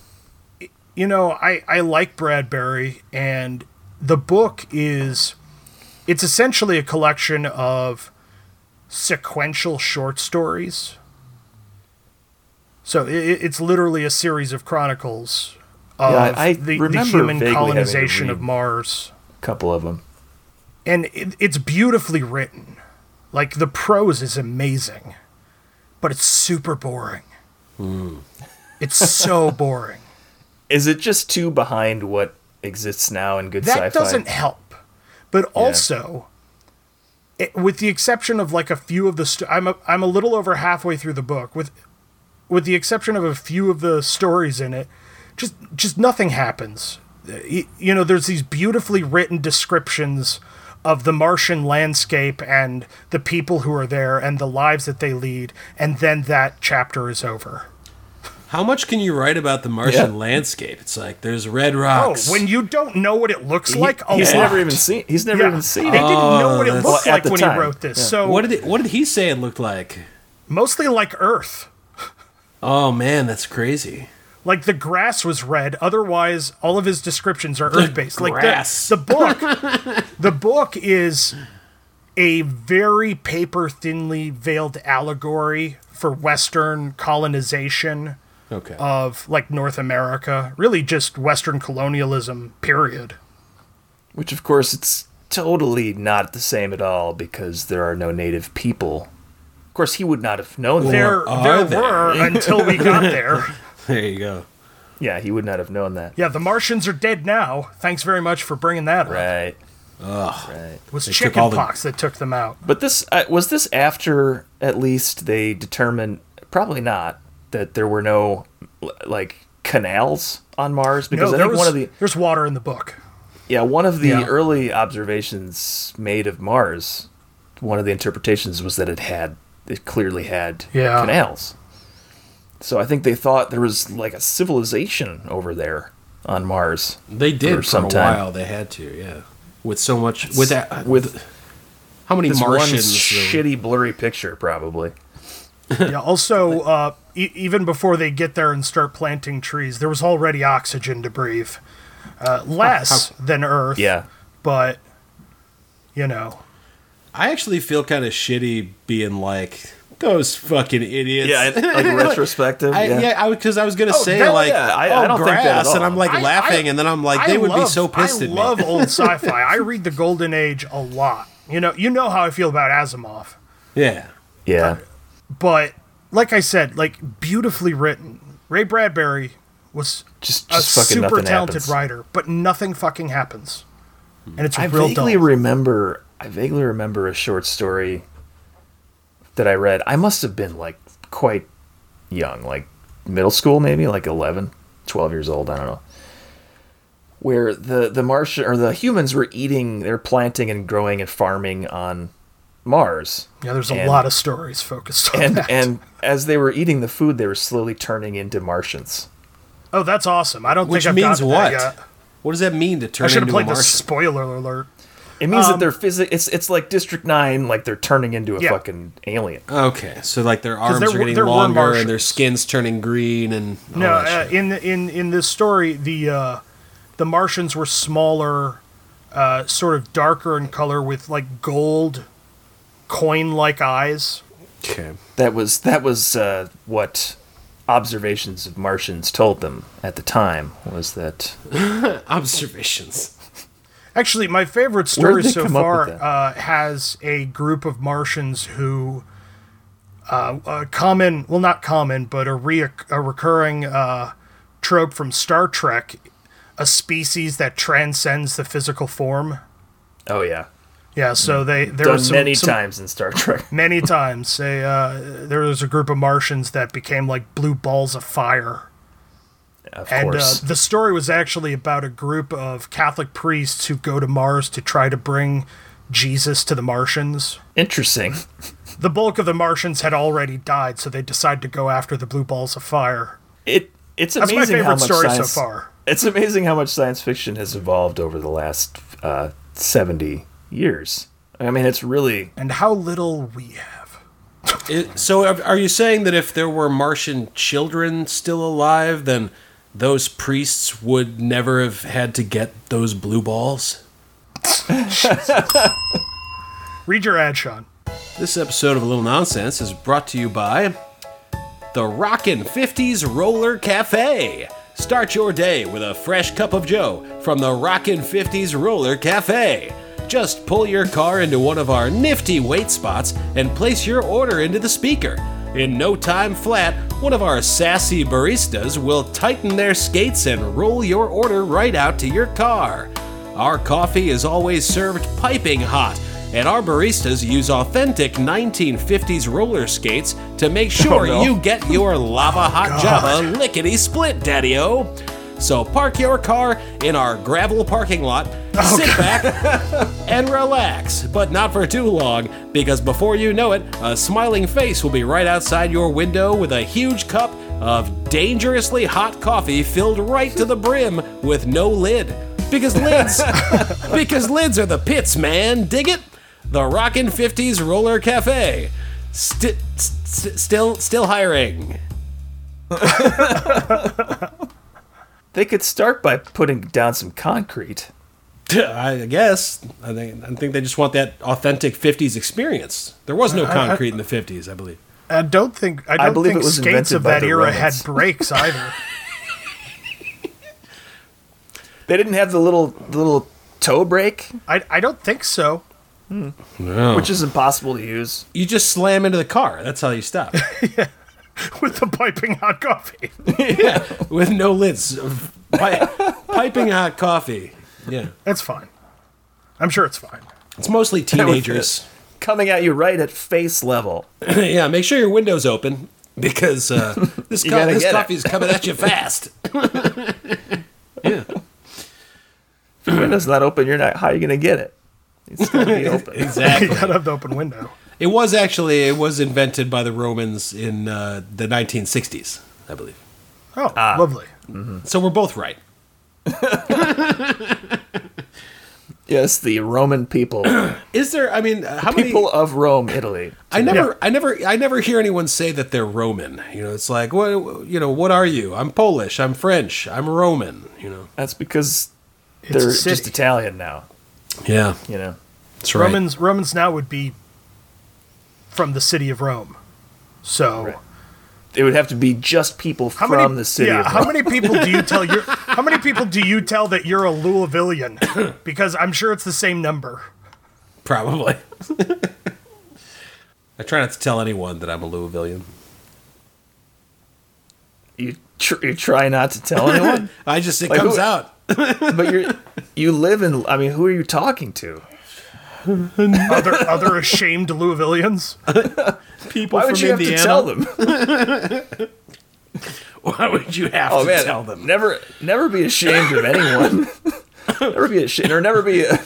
[SPEAKER 1] you know, I I like Bradbury and the book is it's essentially a collection of sequential short stories. So i i- it's literally a series of chronicles of
[SPEAKER 3] I- I
[SPEAKER 1] the, the
[SPEAKER 3] remember
[SPEAKER 1] human
[SPEAKER 3] vaguely having to
[SPEAKER 1] colonization
[SPEAKER 3] read.
[SPEAKER 1] of Mars
[SPEAKER 3] a couple of them.
[SPEAKER 1] and it, it's beautifully written. Like the prose is amazing, but it's super boring. It's so boring.
[SPEAKER 3] Is it just too behind what exists now in good
[SPEAKER 1] That
[SPEAKER 3] sci-fi?
[SPEAKER 1] doesn't help. But also, it, with the exception of like a few of the, st- I'm a, I'm a little over halfway through the book. With with the exception of a few of the stories in it, just just nothing happens. Y- You know, there's these beautifully written descriptions of the Martian landscape and the people who are there and the lives that they lead, and then that chapter is over.
[SPEAKER 2] How much can you write about the Martian
[SPEAKER 3] Yeah.
[SPEAKER 2] landscape? It's like there's red
[SPEAKER 1] Oh,
[SPEAKER 2] rocks.
[SPEAKER 1] when you don't know what it looks like, a
[SPEAKER 3] he's
[SPEAKER 1] lot.
[SPEAKER 3] never even seen. He's never
[SPEAKER 1] Yeah,
[SPEAKER 3] even seen.
[SPEAKER 1] they
[SPEAKER 3] it.
[SPEAKER 1] didn't know what it
[SPEAKER 2] that's-
[SPEAKER 1] looked
[SPEAKER 3] Well, at
[SPEAKER 1] like
[SPEAKER 3] the
[SPEAKER 1] when
[SPEAKER 3] time,
[SPEAKER 1] he wrote this.
[SPEAKER 3] yeah.
[SPEAKER 1] So
[SPEAKER 2] what did it, what did he say it looked like?
[SPEAKER 1] mostly like Earth.
[SPEAKER 2] Oh man, that's crazy.
[SPEAKER 1] Like the grass was red. Otherwise, all of his descriptions are earth based. Like
[SPEAKER 2] grass.
[SPEAKER 1] the, the book, the book is a very paper thinly veiled allegory for Western colonization
[SPEAKER 2] Okay.
[SPEAKER 1] of like North America. Really, just Western colonialism. Period.
[SPEAKER 3] Which, of course, it's totally not the same at all because there are no native people. Of course, he would not have known that.
[SPEAKER 1] There,
[SPEAKER 2] are
[SPEAKER 1] there
[SPEAKER 2] there?
[SPEAKER 1] were until we got there.
[SPEAKER 2] there you go.
[SPEAKER 3] Yeah, he would not have known that.
[SPEAKER 1] Yeah, the Martians are dead now. Thanks very much for bringing that up.
[SPEAKER 3] Right. Right.
[SPEAKER 1] It was
[SPEAKER 2] They took all the-
[SPEAKER 1] chickenpox that took them out.
[SPEAKER 3] But this uh, was this after at least they determined probably not that there were no l- like canals on Mars? Because
[SPEAKER 1] No,
[SPEAKER 3] I
[SPEAKER 1] there
[SPEAKER 3] think
[SPEAKER 1] was,
[SPEAKER 3] one of the
[SPEAKER 1] there's water in the book.
[SPEAKER 3] yeah one of the
[SPEAKER 1] Yeah.
[SPEAKER 3] early observations made of Mars, one of the interpretations was that it had it clearly had
[SPEAKER 1] Yeah.
[SPEAKER 3] canals. So I think they thought there was like a civilization over there on Mars.
[SPEAKER 2] They did for,
[SPEAKER 3] for some
[SPEAKER 2] a
[SPEAKER 3] time.
[SPEAKER 2] while. They had to, yeah. With so much, with that,
[SPEAKER 3] with
[SPEAKER 2] how many
[SPEAKER 3] this
[SPEAKER 2] Martians?
[SPEAKER 3] one
[SPEAKER 2] though?
[SPEAKER 3] shitty blurry picture probably.
[SPEAKER 1] Yeah. Also, uh, e- even before they get there and start planting trees, there was already oxygen to breathe, uh, less than Earth.
[SPEAKER 3] Yeah.
[SPEAKER 1] But you know,
[SPEAKER 2] I actually feel kind of shitty being like those fucking idiots.
[SPEAKER 3] Yeah, like retrospective.
[SPEAKER 2] I,
[SPEAKER 3] yeah.
[SPEAKER 2] yeah, I because I was gonna say
[SPEAKER 3] no,
[SPEAKER 2] like,
[SPEAKER 3] yeah, I-
[SPEAKER 2] oh,
[SPEAKER 3] I don't think
[SPEAKER 2] grass,
[SPEAKER 3] that at all.
[SPEAKER 2] and I'm like
[SPEAKER 1] I-
[SPEAKER 2] laughing, and then I'm like,
[SPEAKER 1] I
[SPEAKER 2] they would be
[SPEAKER 1] love-
[SPEAKER 2] so pissed
[SPEAKER 1] I
[SPEAKER 2] at
[SPEAKER 1] love
[SPEAKER 2] me.
[SPEAKER 1] old sci-fi. I read the Golden Age a lot. You know, you know how I feel about Asimov.
[SPEAKER 2] Yeah,
[SPEAKER 3] yeah.
[SPEAKER 1] But like I said, like beautifully written. Ray Bradbury was
[SPEAKER 3] Just
[SPEAKER 1] a
[SPEAKER 3] just fucking
[SPEAKER 1] super
[SPEAKER 3] nothing
[SPEAKER 1] talented
[SPEAKER 3] happens.
[SPEAKER 1] reiter, but nothing fucking happens, and it's
[SPEAKER 3] I
[SPEAKER 1] real dull.
[SPEAKER 3] vaguely remember I vaguely remember a short story that I read. I must have been like quite young, like middle school maybe, like 11, 12 years old, I don't know. Where the the Martian or the humans were eating, they're planting and growing and farming on Mars.
[SPEAKER 1] yeah, there's a
[SPEAKER 3] and-
[SPEAKER 1] lot of stories focused on
[SPEAKER 3] And
[SPEAKER 1] that.
[SPEAKER 3] and as they were eating the food, they were slowly turning into Martians.
[SPEAKER 1] oh, that's awesome. I don't
[SPEAKER 2] which
[SPEAKER 1] think I've
[SPEAKER 2] means
[SPEAKER 1] gotten to
[SPEAKER 2] what?
[SPEAKER 1] that yet.
[SPEAKER 2] What does that mean to
[SPEAKER 1] I
[SPEAKER 2] turn
[SPEAKER 1] should
[SPEAKER 2] into
[SPEAKER 1] have
[SPEAKER 2] a
[SPEAKER 1] played the
[SPEAKER 2] Martian? Oh,
[SPEAKER 1] spoiler alert.
[SPEAKER 3] It means that they're physi- It's it's like District Nine, like they're turning into a
[SPEAKER 1] Um, Yeah.
[SPEAKER 3] fucking alien.
[SPEAKER 2] okay, so like their arms
[SPEAKER 1] there
[SPEAKER 2] are
[SPEAKER 1] were-
[SPEAKER 2] getting
[SPEAKER 1] there were
[SPEAKER 2] longer, and their
[SPEAKER 1] Martians.
[SPEAKER 2] skin's turning green, and all
[SPEAKER 1] No,
[SPEAKER 2] that shit.
[SPEAKER 1] uh, in the, in in this story, the uh, the Martians were smaller, uh, sort of darker in color, with like gold coin-like eyes.
[SPEAKER 2] Okay.
[SPEAKER 3] That was that was uh, what observations of Martians told them at the time was that
[SPEAKER 2] Observations.
[SPEAKER 1] Actually, my favorite
[SPEAKER 3] Where'd
[SPEAKER 1] story
[SPEAKER 3] they
[SPEAKER 1] so
[SPEAKER 3] come up
[SPEAKER 1] far
[SPEAKER 3] with that?
[SPEAKER 1] uh, has a group of Martians who, uh, a common, well, not common, but a, re- a recurring uh, trope from Star Trek, a species that transcends the physical form.
[SPEAKER 3] oh yeah,
[SPEAKER 1] Yeah, so they there
[SPEAKER 3] Mm. done
[SPEAKER 1] was some,
[SPEAKER 3] many
[SPEAKER 1] some-
[SPEAKER 3] times in Star Trek.
[SPEAKER 1] many times. They, uh, there was a group of Martians that became like blue balls of fire.
[SPEAKER 3] Of
[SPEAKER 1] And uh,
[SPEAKER 3] course,
[SPEAKER 1] the story was actually about a group of Catholic priests who go to Mars to try to bring Jesus to the Martians.
[SPEAKER 3] interesting.
[SPEAKER 1] The bulk of the Martians had already died, so they decide to go after the blue balls of fire.
[SPEAKER 3] It it's
[SPEAKER 1] That's
[SPEAKER 3] amazing
[SPEAKER 1] my
[SPEAKER 3] how
[SPEAKER 1] favorite
[SPEAKER 3] much
[SPEAKER 1] story
[SPEAKER 3] science,
[SPEAKER 1] so far.
[SPEAKER 3] It's amazing how much science fiction has evolved over the last uh, seventy years. I mean, it's really
[SPEAKER 1] And how little we have.
[SPEAKER 2] It, so are are you saying that if there were Martian children still alive, then those priests would never have had to get those blue balls?
[SPEAKER 1] Read your ad, Sean.
[SPEAKER 2] This episode of A Little Nonsense is brought to you by the Rockin' 50s Roller Cafe. Start your day with a fresh cup of joe from the Rockin' 50s Roller Cafe. Just pull your car into one of our nifty wait spots and place your order into the speaker. In no time flat, one of our sassy baristas will tighten their skates and roll your order right out to your car. Our coffee is always served piping hot, and our baristas use authentic 1950s roller skates to make sure
[SPEAKER 3] no.
[SPEAKER 2] you get your lava hot java lickety split, Daddy O. So park your car in our gravel parking lot, sit back, and relax, but not for too long, because before you know it, a smiling face will be right outside your window with a huge cup of dangerously hot coffee filled right to the brim with no lid. Because lids, because lids are the pits, man. Dig it? The Rockin' 50s Roller Cafe. Sti- st- st- still, still hiring.
[SPEAKER 3] they could start by putting down some concrete.
[SPEAKER 2] I guess. I think. I think they just want that authentic '50s experience. There was no concrete in the '50s, I believe.
[SPEAKER 1] I don't think I don't
[SPEAKER 3] believe
[SPEAKER 1] think
[SPEAKER 3] it was
[SPEAKER 1] skates
[SPEAKER 3] invented
[SPEAKER 1] of
[SPEAKER 3] by
[SPEAKER 1] that
[SPEAKER 3] the
[SPEAKER 1] era
[SPEAKER 3] Romans.
[SPEAKER 1] had brakes either.
[SPEAKER 3] They didn't have the little the little toe brake,
[SPEAKER 1] I, I don't think so.
[SPEAKER 3] which is impossible to use.
[SPEAKER 2] You just slam into the car. That's how you stop.
[SPEAKER 1] With the piping hot coffee.
[SPEAKER 2] With no lids, Pi- piping hot coffee. Yeah,
[SPEAKER 1] It's fine. I'm sure it's fine.
[SPEAKER 2] it's mostly teenagers.
[SPEAKER 3] Coming at you right at face level.
[SPEAKER 2] yeah, make sure your window's open. because uh, this, co-
[SPEAKER 3] gotta
[SPEAKER 2] this
[SPEAKER 3] get it.
[SPEAKER 2] coffee's coming at you fast. yeah,
[SPEAKER 3] If the window's not open, you're not. How are you gonna get it? It's gotta be open.
[SPEAKER 1] You
[SPEAKER 2] exactly.
[SPEAKER 1] gotta have the open window.
[SPEAKER 2] It was actually it was invented by the Romans in uh, the 1960s, I believe.
[SPEAKER 1] Oh,
[SPEAKER 3] Ah.
[SPEAKER 1] lovely.
[SPEAKER 2] So we're both right.
[SPEAKER 3] yes, the Roman people,
[SPEAKER 2] Is there? I mean, uh, how many?
[SPEAKER 3] people of Rome, Italy.
[SPEAKER 2] I never, I never, I never hear anyone say that they're Roman. You know, it's like, what, you know, what are you? I'm Polish. I'm French. I'm Roman. You know.
[SPEAKER 3] That's because
[SPEAKER 1] It's
[SPEAKER 3] they're
[SPEAKER 1] a city.
[SPEAKER 3] just Italian now.
[SPEAKER 2] Yeah,
[SPEAKER 3] You know.
[SPEAKER 2] that's right.
[SPEAKER 1] Romans Romans now would be from the city of Rome. So
[SPEAKER 3] It would have to be just people
[SPEAKER 1] how
[SPEAKER 3] from
[SPEAKER 1] many
[SPEAKER 3] the city.
[SPEAKER 1] yeah,
[SPEAKER 3] of
[SPEAKER 1] how
[SPEAKER 3] Rome.
[SPEAKER 1] many people do you tell you how many people do you tell that you're a Louisvillian? Because I'm sure it's the same number.
[SPEAKER 2] Probably. I try not to tell anyone that I'm a Louisvillian.
[SPEAKER 3] You, tr- you try not to tell anyone,
[SPEAKER 2] I just it
[SPEAKER 3] Like,
[SPEAKER 2] comes
[SPEAKER 3] who-
[SPEAKER 2] out.
[SPEAKER 3] but you you live in. I mean, who are you talking to?
[SPEAKER 1] Other other ashamed Louisvillians.
[SPEAKER 2] People
[SPEAKER 3] Why would
[SPEAKER 2] from
[SPEAKER 3] you
[SPEAKER 2] Indiana.
[SPEAKER 3] have to tell them?
[SPEAKER 2] Why would you have
[SPEAKER 3] Oh
[SPEAKER 2] to
[SPEAKER 3] man,
[SPEAKER 2] tell them?
[SPEAKER 3] never never be ashamed of anyone. never be ashamed or never be uh,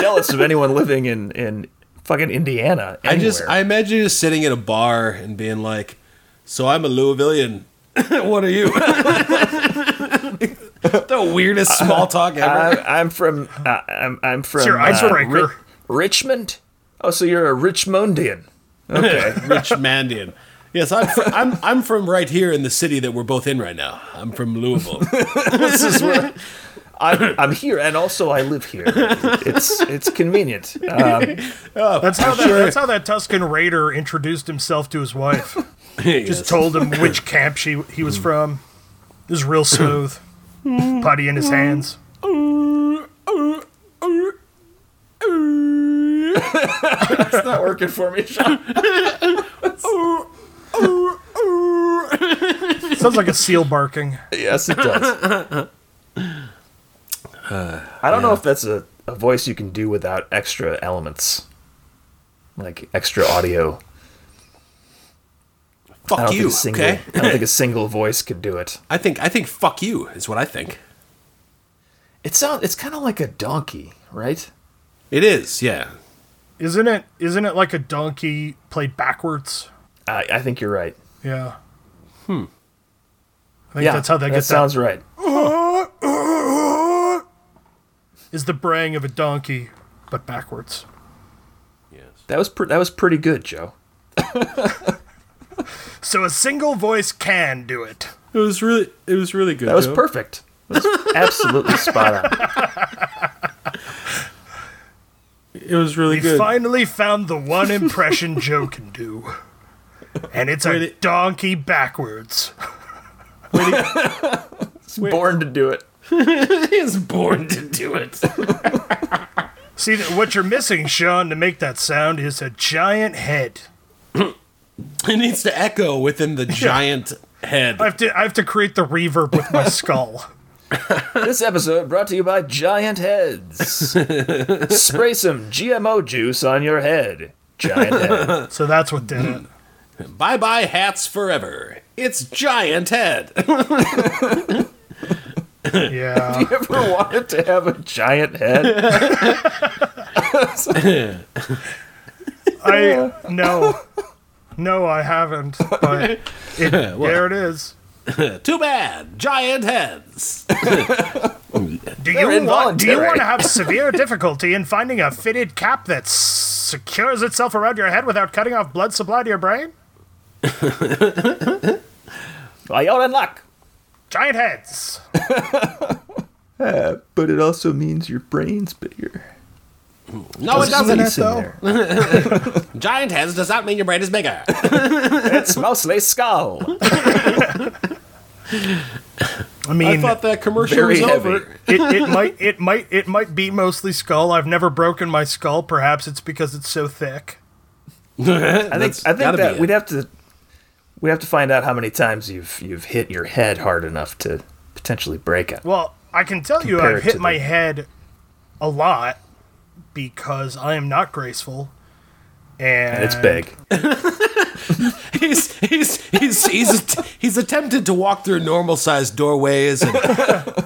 [SPEAKER 3] jealous of anyone living in in fucking Indiana.
[SPEAKER 2] I just
[SPEAKER 3] anywhere.
[SPEAKER 2] I imagine you just sitting in a bar and being like, "So I'm a Louisvillian. what are you?" the weirdest small talk ever.
[SPEAKER 3] I'm, I'm from uh, I'm I'm from
[SPEAKER 1] your
[SPEAKER 3] uh,
[SPEAKER 1] icebreaker.
[SPEAKER 3] Ri- Richmond. Oh, so you're a Richmondian. Okay.
[SPEAKER 2] Richmondian. Yes, I'm, fr- I'm I'm from right here in the city that we're both in right now. I'm from Louisville.
[SPEAKER 3] this is where I'm, I'm here, and also I live here. It's it's convenient. Um,
[SPEAKER 1] That's how that, that's how that Tuscan raider introduced himself to his wife.
[SPEAKER 2] Yes.
[SPEAKER 1] Told him which camp she he was from. It was real smooth. Putty in his hands.
[SPEAKER 3] it's not working for me, Sean.
[SPEAKER 1] Sounds like a seal barking.
[SPEAKER 3] Yes, it does. I don't know if that's a, a voice you can do without extra elements, like extra audio. I
[SPEAKER 2] fuck
[SPEAKER 3] don't
[SPEAKER 2] you.
[SPEAKER 3] think a single,
[SPEAKER 2] Okay.
[SPEAKER 3] I don't think a single voice could do it.
[SPEAKER 2] I think I think fuck you is what I think.
[SPEAKER 3] It sounds. It's kind of like a donkey, right?
[SPEAKER 2] It is. Yeah.
[SPEAKER 1] Isn't it isn't it like a donkey played backwards?
[SPEAKER 3] I, I think you're right.
[SPEAKER 1] Yeah. Hmm. I think
[SPEAKER 3] Yeah,
[SPEAKER 1] that's how that,
[SPEAKER 3] that
[SPEAKER 1] gets
[SPEAKER 3] sounds right.
[SPEAKER 1] Is the braying of a donkey, but backwards.
[SPEAKER 3] That was pre- that was pretty good, Joe.
[SPEAKER 1] So a single voice can do it.
[SPEAKER 2] It was really it was really good.
[SPEAKER 3] That was perfect. That was absolutely spot on.
[SPEAKER 2] It was really
[SPEAKER 1] We finally found the one impression Joe can do. And it's a
[SPEAKER 2] Wait, it-
[SPEAKER 1] donkey backwards.
[SPEAKER 3] Born to do it.
[SPEAKER 2] He is born to do it.
[SPEAKER 1] See, th- what you're missing, Sean, to make that sound is a giant head.
[SPEAKER 2] It needs to echo within the giant head.
[SPEAKER 1] I have to, I have to create the reverb with my skull.
[SPEAKER 3] This episode brought to you by Giant Heads. Spray some GMO juice on your head. Giant Head.
[SPEAKER 1] So that's what did it.
[SPEAKER 2] Bye bye hats forever. It's giant head.
[SPEAKER 1] Yeah.
[SPEAKER 3] Ever wanted to have a giant head?
[SPEAKER 1] I no, no, I haven't. But it, there it is.
[SPEAKER 2] Too bad. Giant heads.
[SPEAKER 1] Do you want? Do you
[SPEAKER 3] involuntary.
[SPEAKER 1] want to have severe difficulty in finding a fitted cap that s- secures itself around your head without cutting off blood supply to your brain?
[SPEAKER 3] Why you're in luck.
[SPEAKER 1] Giant heads.
[SPEAKER 3] But it also means your brain's bigger.
[SPEAKER 2] No, it
[SPEAKER 1] Isn't
[SPEAKER 2] doesn't.
[SPEAKER 1] it, though?
[SPEAKER 2] Giant heads does not mean your brain is bigger.
[SPEAKER 3] It's mostly skull.
[SPEAKER 1] I mean,
[SPEAKER 2] I thought that commercial
[SPEAKER 3] Very
[SPEAKER 2] was
[SPEAKER 3] heavy.
[SPEAKER 2] over.
[SPEAKER 1] it, it might, it might, it might be mostly skull. I've never broken my skull. Perhaps it's because it's so thick.
[SPEAKER 3] I think I think that we'd have to we have to find out how many times you've you've hit your head hard enough to potentially break it.
[SPEAKER 1] Well, I can tell you,
[SPEAKER 3] Compare
[SPEAKER 1] I've
[SPEAKER 3] it to
[SPEAKER 1] hit my
[SPEAKER 3] the-
[SPEAKER 1] head a lot because I am not graceful, and,
[SPEAKER 3] It's big.
[SPEAKER 2] He's he's he's he's he's attempted to walk through normal sized doorways and,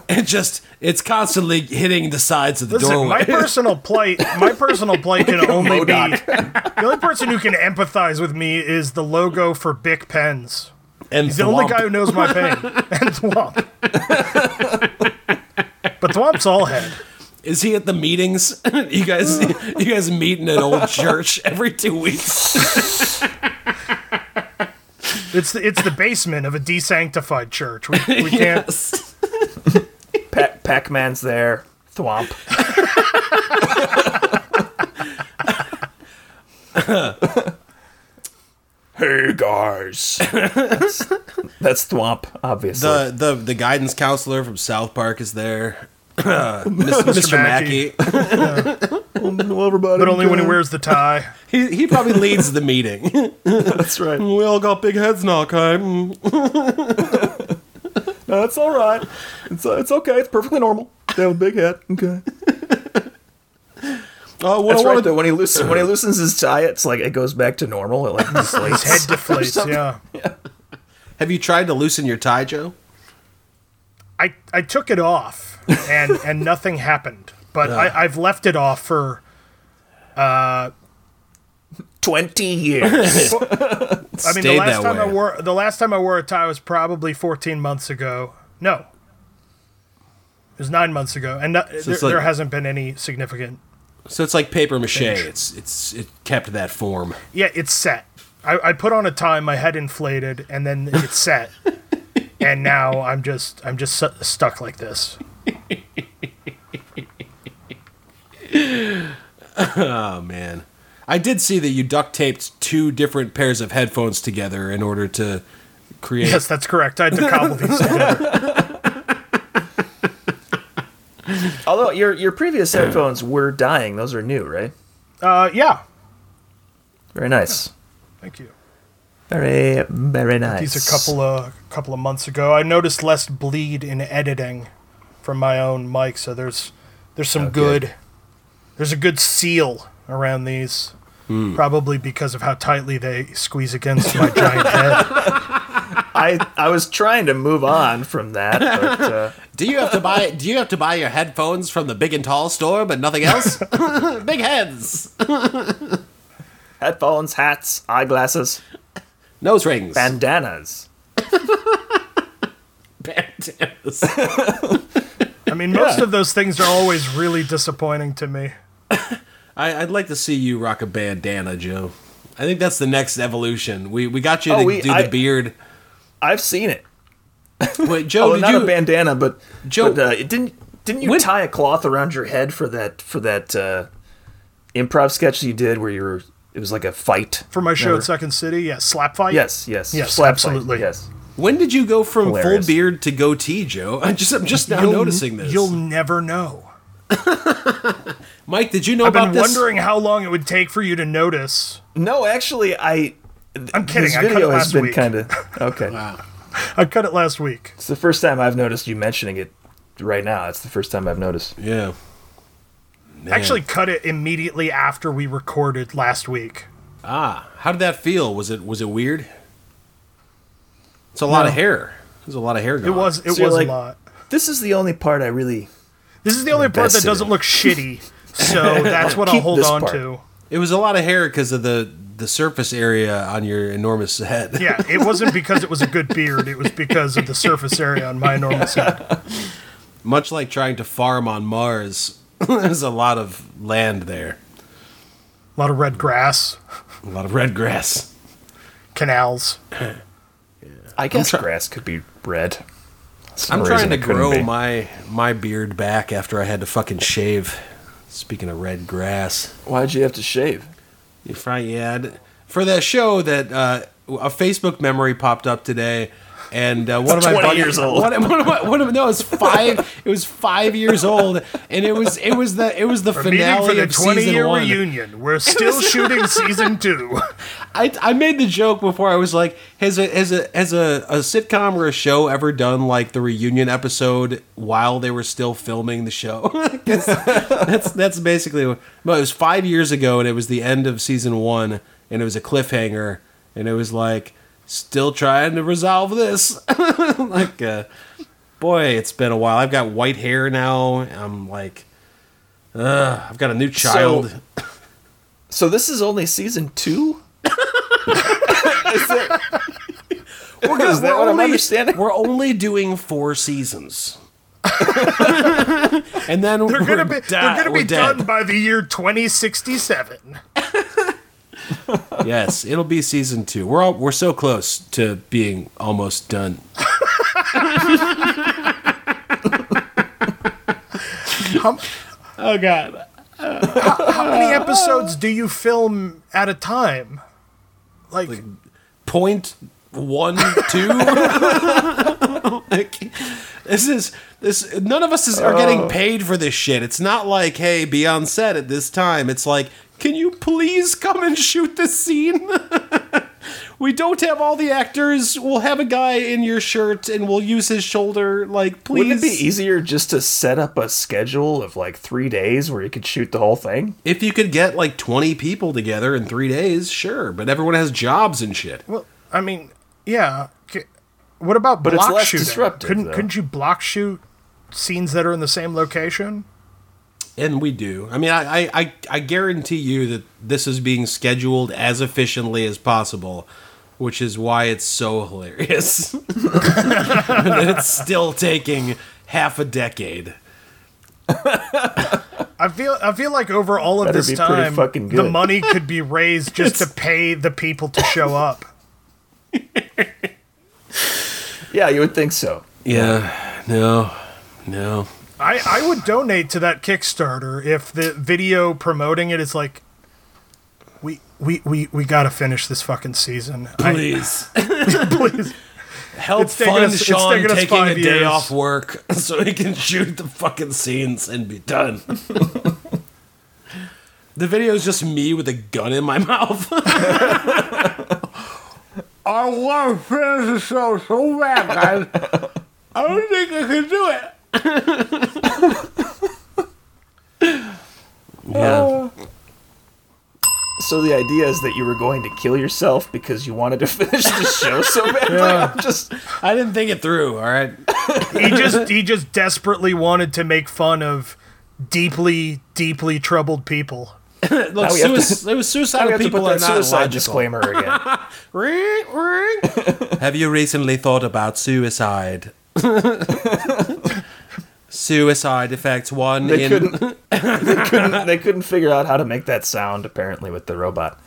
[SPEAKER 2] and just it's constantly hitting the sides of the
[SPEAKER 1] Listen, my
[SPEAKER 2] doorway.
[SPEAKER 1] personal plight, my personal plight can only be the only person who can empathize with me is the logo for Bic pens.
[SPEAKER 2] And
[SPEAKER 1] He's the only guy who knows my pain, and Thwomp. but Thwomp's all head.
[SPEAKER 2] is he at the meetings? you guys you guys meet in an old church every two weeks.
[SPEAKER 1] It's the, it's the basement of a desanctified church. We, we can't.
[SPEAKER 3] Pa- Pac Man's there. Thwomp. hey guys. That's, that's Thwomp, obviously.
[SPEAKER 2] The the the guidance counselor from South Park is there. Mr. Mr. Mackey.
[SPEAKER 1] Mackey.
[SPEAKER 3] everybody.
[SPEAKER 1] But only when he wears the tie.
[SPEAKER 2] He, he probably leads the meeting.
[SPEAKER 3] That's right.
[SPEAKER 2] we all got big heads now, Kai.
[SPEAKER 1] Uh,
[SPEAKER 2] Mm.
[SPEAKER 3] No, it's all right. It's, uh, it's okay. It's perfectly normal. They have a big head. Okay.
[SPEAKER 2] Uh, what
[SPEAKER 3] That's
[SPEAKER 2] I wanna
[SPEAKER 3] right. Though when he loosens when he loosens his tie, it's like it goes back to normal. It like
[SPEAKER 1] His
[SPEAKER 3] deflates.
[SPEAKER 1] head deflates. Yeah.
[SPEAKER 2] Have you tried to loosen your tie, Joe?
[SPEAKER 1] I, I took it off and and nothing happened. But I, I've left it off for
[SPEAKER 3] Twenty years.
[SPEAKER 1] I mean, the
[SPEAKER 2] Stayed
[SPEAKER 1] last
[SPEAKER 2] that
[SPEAKER 1] time I
[SPEAKER 2] way.
[SPEAKER 1] wore the last time I wore a tie was probably 14 months ago. No, it was nine months ago, and not, there,
[SPEAKER 2] it's like-
[SPEAKER 1] there hasn't been any significant.
[SPEAKER 2] So it's like paper mache. It's it's it kept that form.
[SPEAKER 1] Yeah, it's set. I, I put on a tie, my head inflated, and then it's set, and now I'm just I'm just stu- stuck like this.
[SPEAKER 2] Oh man. I did see that you duct taped two different pairs of headphones together in order to create
[SPEAKER 1] Yes, that's correct. I had to cobble these together.
[SPEAKER 3] Although your your previous headphones were dying, those are new, right?
[SPEAKER 1] Uh, yeah,
[SPEAKER 3] Very nice.
[SPEAKER 1] thank you.
[SPEAKER 3] Very very nice.
[SPEAKER 1] These a couple of couple of months ago. I noticed less bleed in editing from my own mic, so there's there's
[SPEAKER 3] Oh,
[SPEAKER 1] some good. there's a good seal around these.
[SPEAKER 3] Hmm.
[SPEAKER 1] Probably because of how tightly they squeeze against my giant head.
[SPEAKER 3] I I was trying to move on from that, but uh,
[SPEAKER 2] Do you have to buy do you have to buy your headphones from the big and tall store but nothing else? big heads.
[SPEAKER 3] headphones, hats, eyeglasses,
[SPEAKER 2] Nose rings.
[SPEAKER 3] bandanas.
[SPEAKER 2] Bandanas.
[SPEAKER 1] I mean, most of those things are always really disappointing to me.
[SPEAKER 2] I, I'd like to see you rock a bandana, Joe. I think that's the next evolution. We we got you
[SPEAKER 3] Oh,
[SPEAKER 2] to
[SPEAKER 3] we-
[SPEAKER 2] do
[SPEAKER 3] I-
[SPEAKER 2] the beard.
[SPEAKER 3] I've seen it.
[SPEAKER 2] Wait, Joe,
[SPEAKER 3] Oh,
[SPEAKER 2] did
[SPEAKER 3] not
[SPEAKER 2] you
[SPEAKER 3] a bandana, but
[SPEAKER 2] Joe-
[SPEAKER 3] But, uh, it didn't didn't you
[SPEAKER 2] When-
[SPEAKER 3] tie a cloth around your head for that for that uh, improv sketch you did where you were? It was like a fight.
[SPEAKER 1] For my show
[SPEAKER 3] Remember?
[SPEAKER 1] at Second City, yeah, slap fight.
[SPEAKER 3] Yes, yes,
[SPEAKER 1] Yes,
[SPEAKER 3] slap
[SPEAKER 1] absolutely.
[SPEAKER 3] Fight. Yes,
[SPEAKER 2] When did you go from
[SPEAKER 3] Hilarious.
[SPEAKER 2] full beard to goatee, Joe? I just I'm just now
[SPEAKER 1] You'll-
[SPEAKER 2] noticing this.
[SPEAKER 1] You'll never know.
[SPEAKER 2] Mike, did you know
[SPEAKER 1] I've
[SPEAKER 2] about
[SPEAKER 1] been
[SPEAKER 2] this?
[SPEAKER 1] wondering how long it would take for you to notice.
[SPEAKER 3] No, actually, I.
[SPEAKER 1] I'm kidding.
[SPEAKER 3] This
[SPEAKER 1] I cut it
[SPEAKER 3] video
[SPEAKER 1] last
[SPEAKER 3] has been
[SPEAKER 1] week.
[SPEAKER 3] kind of okay.
[SPEAKER 1] I cut it last week.
[SPEAKER 3] It's the first time I've noticed you mentioning it right now. It's the first time I've noticed.
[SPEAKER 2] Yeah. Man.
[SPEAKER 1] Actually, cut it immediately after we recorded last week.
[SPEAKER 2] ah, how did that feel? Was it was it weird? It's a lot of hair. There's a lot of hair
[SPEAKER 1] It
[SPEAKER 2] going.
[SPEAKER 1] was it
[SPEAKER 3] So you're
[SPEAKER 1] was
[SPEAKER 3] like-
[SPEAKER 1] a lot.
[SPEAKER 3] This is the only part I really.
[SPEAKER 1] This is the only part that
[SPEAKER 3] invested
[SPEAKER 1] doesn't
[SPEAKER 3] in
[SPEAKER 1] look shitty, so that's what I'll
[SPEAKER 3] Keep
[SPEAKER 1] hold
[SPEAKER 3] this
[SPEAKER 1] on
[SPEAKER 3] part.
[SPEAKER 1] to.
[SPEAKER 2] It was a lot of hair because of the the surface area on your enormous head.
[SPEAKER 1] Yeah, it wasn't because it was a good beard. It was because of the surface area on my enormous head.
[SPEAKER 2] Much like trying to farm on Mars, there's a lot of land there.
[SPEAKER 1] A lot of red grass,
[SPEAKER 2] A lot of red grass.
[SPEAKER 1] canals.
[SPEAKER 3] I guess
[SPEAKER 2] try-
[SPEAKER 3] grass could be red.
[SPEAKER 2] I'm trying to grow my my beard back after I had to fucking shave. Speaking of red grass.
[SPEAKER 3] Why'd you have to shave?
[SPEAKER 2] If I had for that show that uh, a Facebook memory popped up today and uh, one of my
[SPEAKER 3] 20
[SPEAKER 2] buddies,
[SPEAKER 3] years old.
[SPEAKER 2] One, one of my, one of, no, it was five. it was five years old, and it was it was the it was the
[SPEAKER 1] Meeting
[SPEAKER 2] finale
[SPEAKER 1] for the
[SPEAKER 2] of season
[SPEAKER 1] year
[SPEAKER 2] one.
[SPEAKER 1] reunion. We're still shooting season two.
[SPEAKER 2] I, I made the joke before. I was like, has a has a has a, a sitcom or a show ever done like the reunion episode while they were still filming the show? 'Cause that's that's basically. what- Well, it was five years ago, and it was the end of season one, and it was a cliffhanger, and it was like still trying to resolve this. like, uh, boy, it's been a while. I've got white hair now. I'm like, ugh, I've got a new child.
[SPEAKER 3] So this is only season two.
[SPEAKER 2] We're gonna-
[SPEAKER 3] Is that
[SPEAKER 2] we're
[SPEAKER 3] what I'm
[SPEAKER 2] only-
[SPEAKER 3] understanding?
[SPEAKER 2] We're only doing four seasons. and then
[SPEAKER 1] They're
[SPEAKER 2] we're
[SPEAKER 1] gonna be
[SPEAKER 2] di-
[SPEAKER 1] they're gonna
[SPEAKER 2] we're
[SPEAKER 1] be
[SPEAKER 2] dead.
[SPEAKER 1] done by the year 2067.
[SPEAKER 2] yes, it'll be season two. We're all, we're so close to being almost done.
[SPEAKER 1] How,
[SPEAKER 2] Oh God!
[SPEAKER 1] how many episodes do you film at a time? Like,
[SPEAKER 2] Point one two. Like, this is this. None of us is, are getting paid for this shit. It's not like hey, be on set at this time. It's like, can you please come and shoot this scene? we don't have all the actors. We'll have a guy in your shirt and we'll use his shoulder. Like, please.
[SPEAKER 3] Wouldn't it be easier just to set up a schedule of like three days where you could shoot the whole thing?
[SPEAKER 2] if you could get like 20 people together in three days, sure. But everyone has jobs and shit.
[SPEAKER 1] well, I mean, yeah. K- What about
[SPEAKER 3] But it's
[SPEAKER 1] block
[SPEAKER 3] less
[SPEAKER 1] shooting?
[SPEAKER 3] disruptive,
[SPEAKER 1] couldn't
[SPEAKER 3] though.
[SPEAKER 1] couldn't you block shoot scenes that are in the same location?
[SPEAKER 2] And we do. I mean, I, I, I, I guarantee you that this is being scheduled as efficiently as possible, which is why it's so hilarious. that it's still taking half a decade.
[SPEAKER 1] I feel I feel like over all of
[SPEAKER 3] Better
[SPEAKER 1] this
[SPEAKER 3] be pretty
[SPEAKER 1] time,
[SPEAKER 3] fucking
[SPEAKER 1] the
[SPEAKER 3] good.
[SPEAKER 1] money could be raised just to pay the people to show up.
[SPEAKER 3] Yeah, you would think so.
[SPEAKER 2] Yeah. No. No.
[SPEAKER 1] I, I would donate to that Kickstarter if the video promoting it is like, we we we, we gotta finish this fucking season. I-
[SPEAKER 2] Please.
[SPEAKER 1] please.
[SPEAKER 2] Help
[SPEAKER 1] It's taken
[SPEAKER 2] fund
[SPEAKER 1] us- it's
[SPEAKER 2] Sean
[SPEAKER 1] taken us
[SPEAKER 2] taking a
[SPEAKER 1] five
[SPEAKER 2] day
[SPEAKER 1] years.
[SPEAKER 2] off work so he can shoot the fucking scenes and be done. the video is just me with a gun in my mouth. I want to finish the show so bad, guys. I don't think I can do it. yeah.
[SPEAKER 3] So the idea is that you were going to kill yourself because you wanted to finish the show so badly. I'm just
[SPEAKER 2] I didn't think it through, all right?
[SPEAKER 1] He just he just desperately wanted to make fun of deeply deeply troubled people.
[SPEAKER 2] Look,
[SPEAKER 3] we have to-
[SPEAKER 2] suic- it was
[SPEAKER 3] we
[SPEAKER 2] suicidal
[SPEAKER 3] have to put
[SPEAKER 2] people are
[SPEAKER 3] that
[SPEAKER 2] not
[SPEAKER 3] suicide
[SPEAKER 2] logical.
[SPEAKER 3] disclaimer again.
[SPEAKER 2] Ring, ring. Have you recently thought about suicide? suicide affects one
[SPEAKER 3] They
[SPEAKER 2] in.
[SPEAKER 3] couldn't. They couldn't. They couldn't figure out how to make that sound apparently with the robot.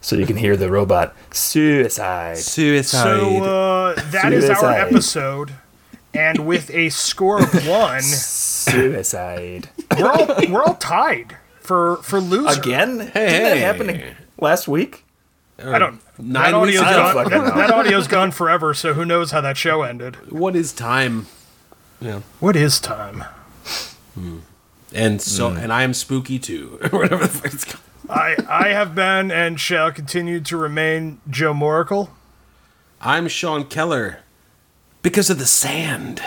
[SPEAKER 3] So you can hear the robot suicide.
[SPEAKER 2] Suicide.
[SPEAKER 1] So uh, that is our
[SPEAKER 3] Suicide.
[SPEAKER 1] episode, and with a score of one,
[SPEAKER 3] Suicide
[SPEAKER 1] we're all we're all tied for for loser.
[SPEAKER 3] again? Didn't that happen
[SPEAKER 2] Hey.
[SPEAKER 3] last week?
[SPEAKER 1] I don't.
[SPEAKER 2] Nine
[SPEAKER 1] that audio's
[SPEAKER 2] weeks
[SPEAKER 3] I don't
[SPEAKER 1] gone.
[SPEAKER 3] fucking
[SPEAKER 1] That,
[SPEAKER 3] know.
[SPEAKER 1] that audio's gone forever. So who knows how that show ended?
[SPEAKER 2] What is time? Yeah.
[SPEAKER 1] What is time?
[SPEAKER 2] And so, and I am spooky too, or whatever the fuck it's called.
[SPEAKER 1] I I have been and shall continue to remain Joe Moracle.
[SPEAKER 2] I'm Sean Keller because of the sand.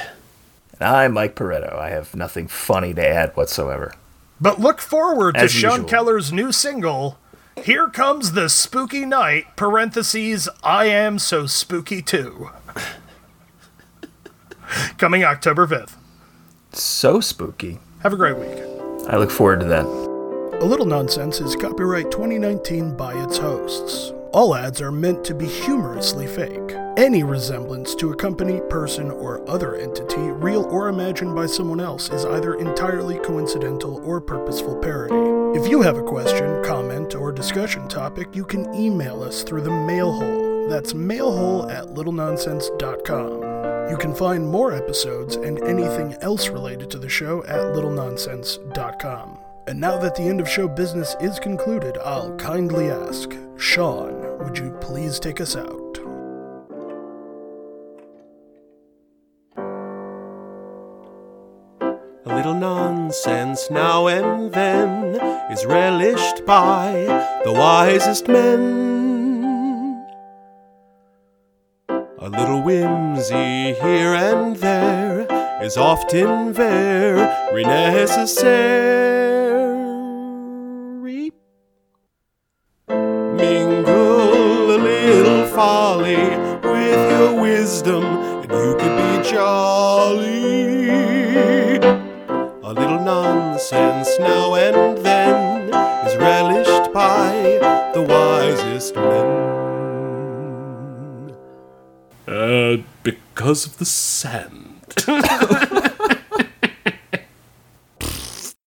[SPEAKER 3] And I'm Mike Pareto. I have nothing funny to add whatsoever.
[SPEAKER 1] But look forward to
[SPEAKER 3] As
[SPEAKER 1] Sean
[SPEAKER 3] usual.
[SPEAKER 1] Keller's new single, Here Comes the Spooky Night, parentheses, I Am So Spooky Too. Coming October 5th.
[SPEAKER 3] So spooky.
[SPEAKER 1] Have a great week.
[SPEAKER 3] I look forward to that.
[SPEAKER 1] A Little Nonsense is copyright 2019 by its hosts. All ads are meant to be humorously fake. Any resemblance to a company, person, or other entity, real or imagined by someone else, is either entirely coincidental or purposeful parody. If you have a question, comment, or discussion topic, you can email us through the mail hole. That's mailhole at littlenonsense.com. You can find more episodes and anything else related to the show at littlenonsense.com. And now that the end of show business is concluded, I'll kindly ask Sean, would you please take us out?
[SPEAKER 2] A little nonsense now and then is relished by the wisest men. A little whimsy here and there is often very necessary. Mingle a little folly with your wisdom, and you could be jolly. A little nonsense now and then is relished by the wisest men. Uh, because of the sand.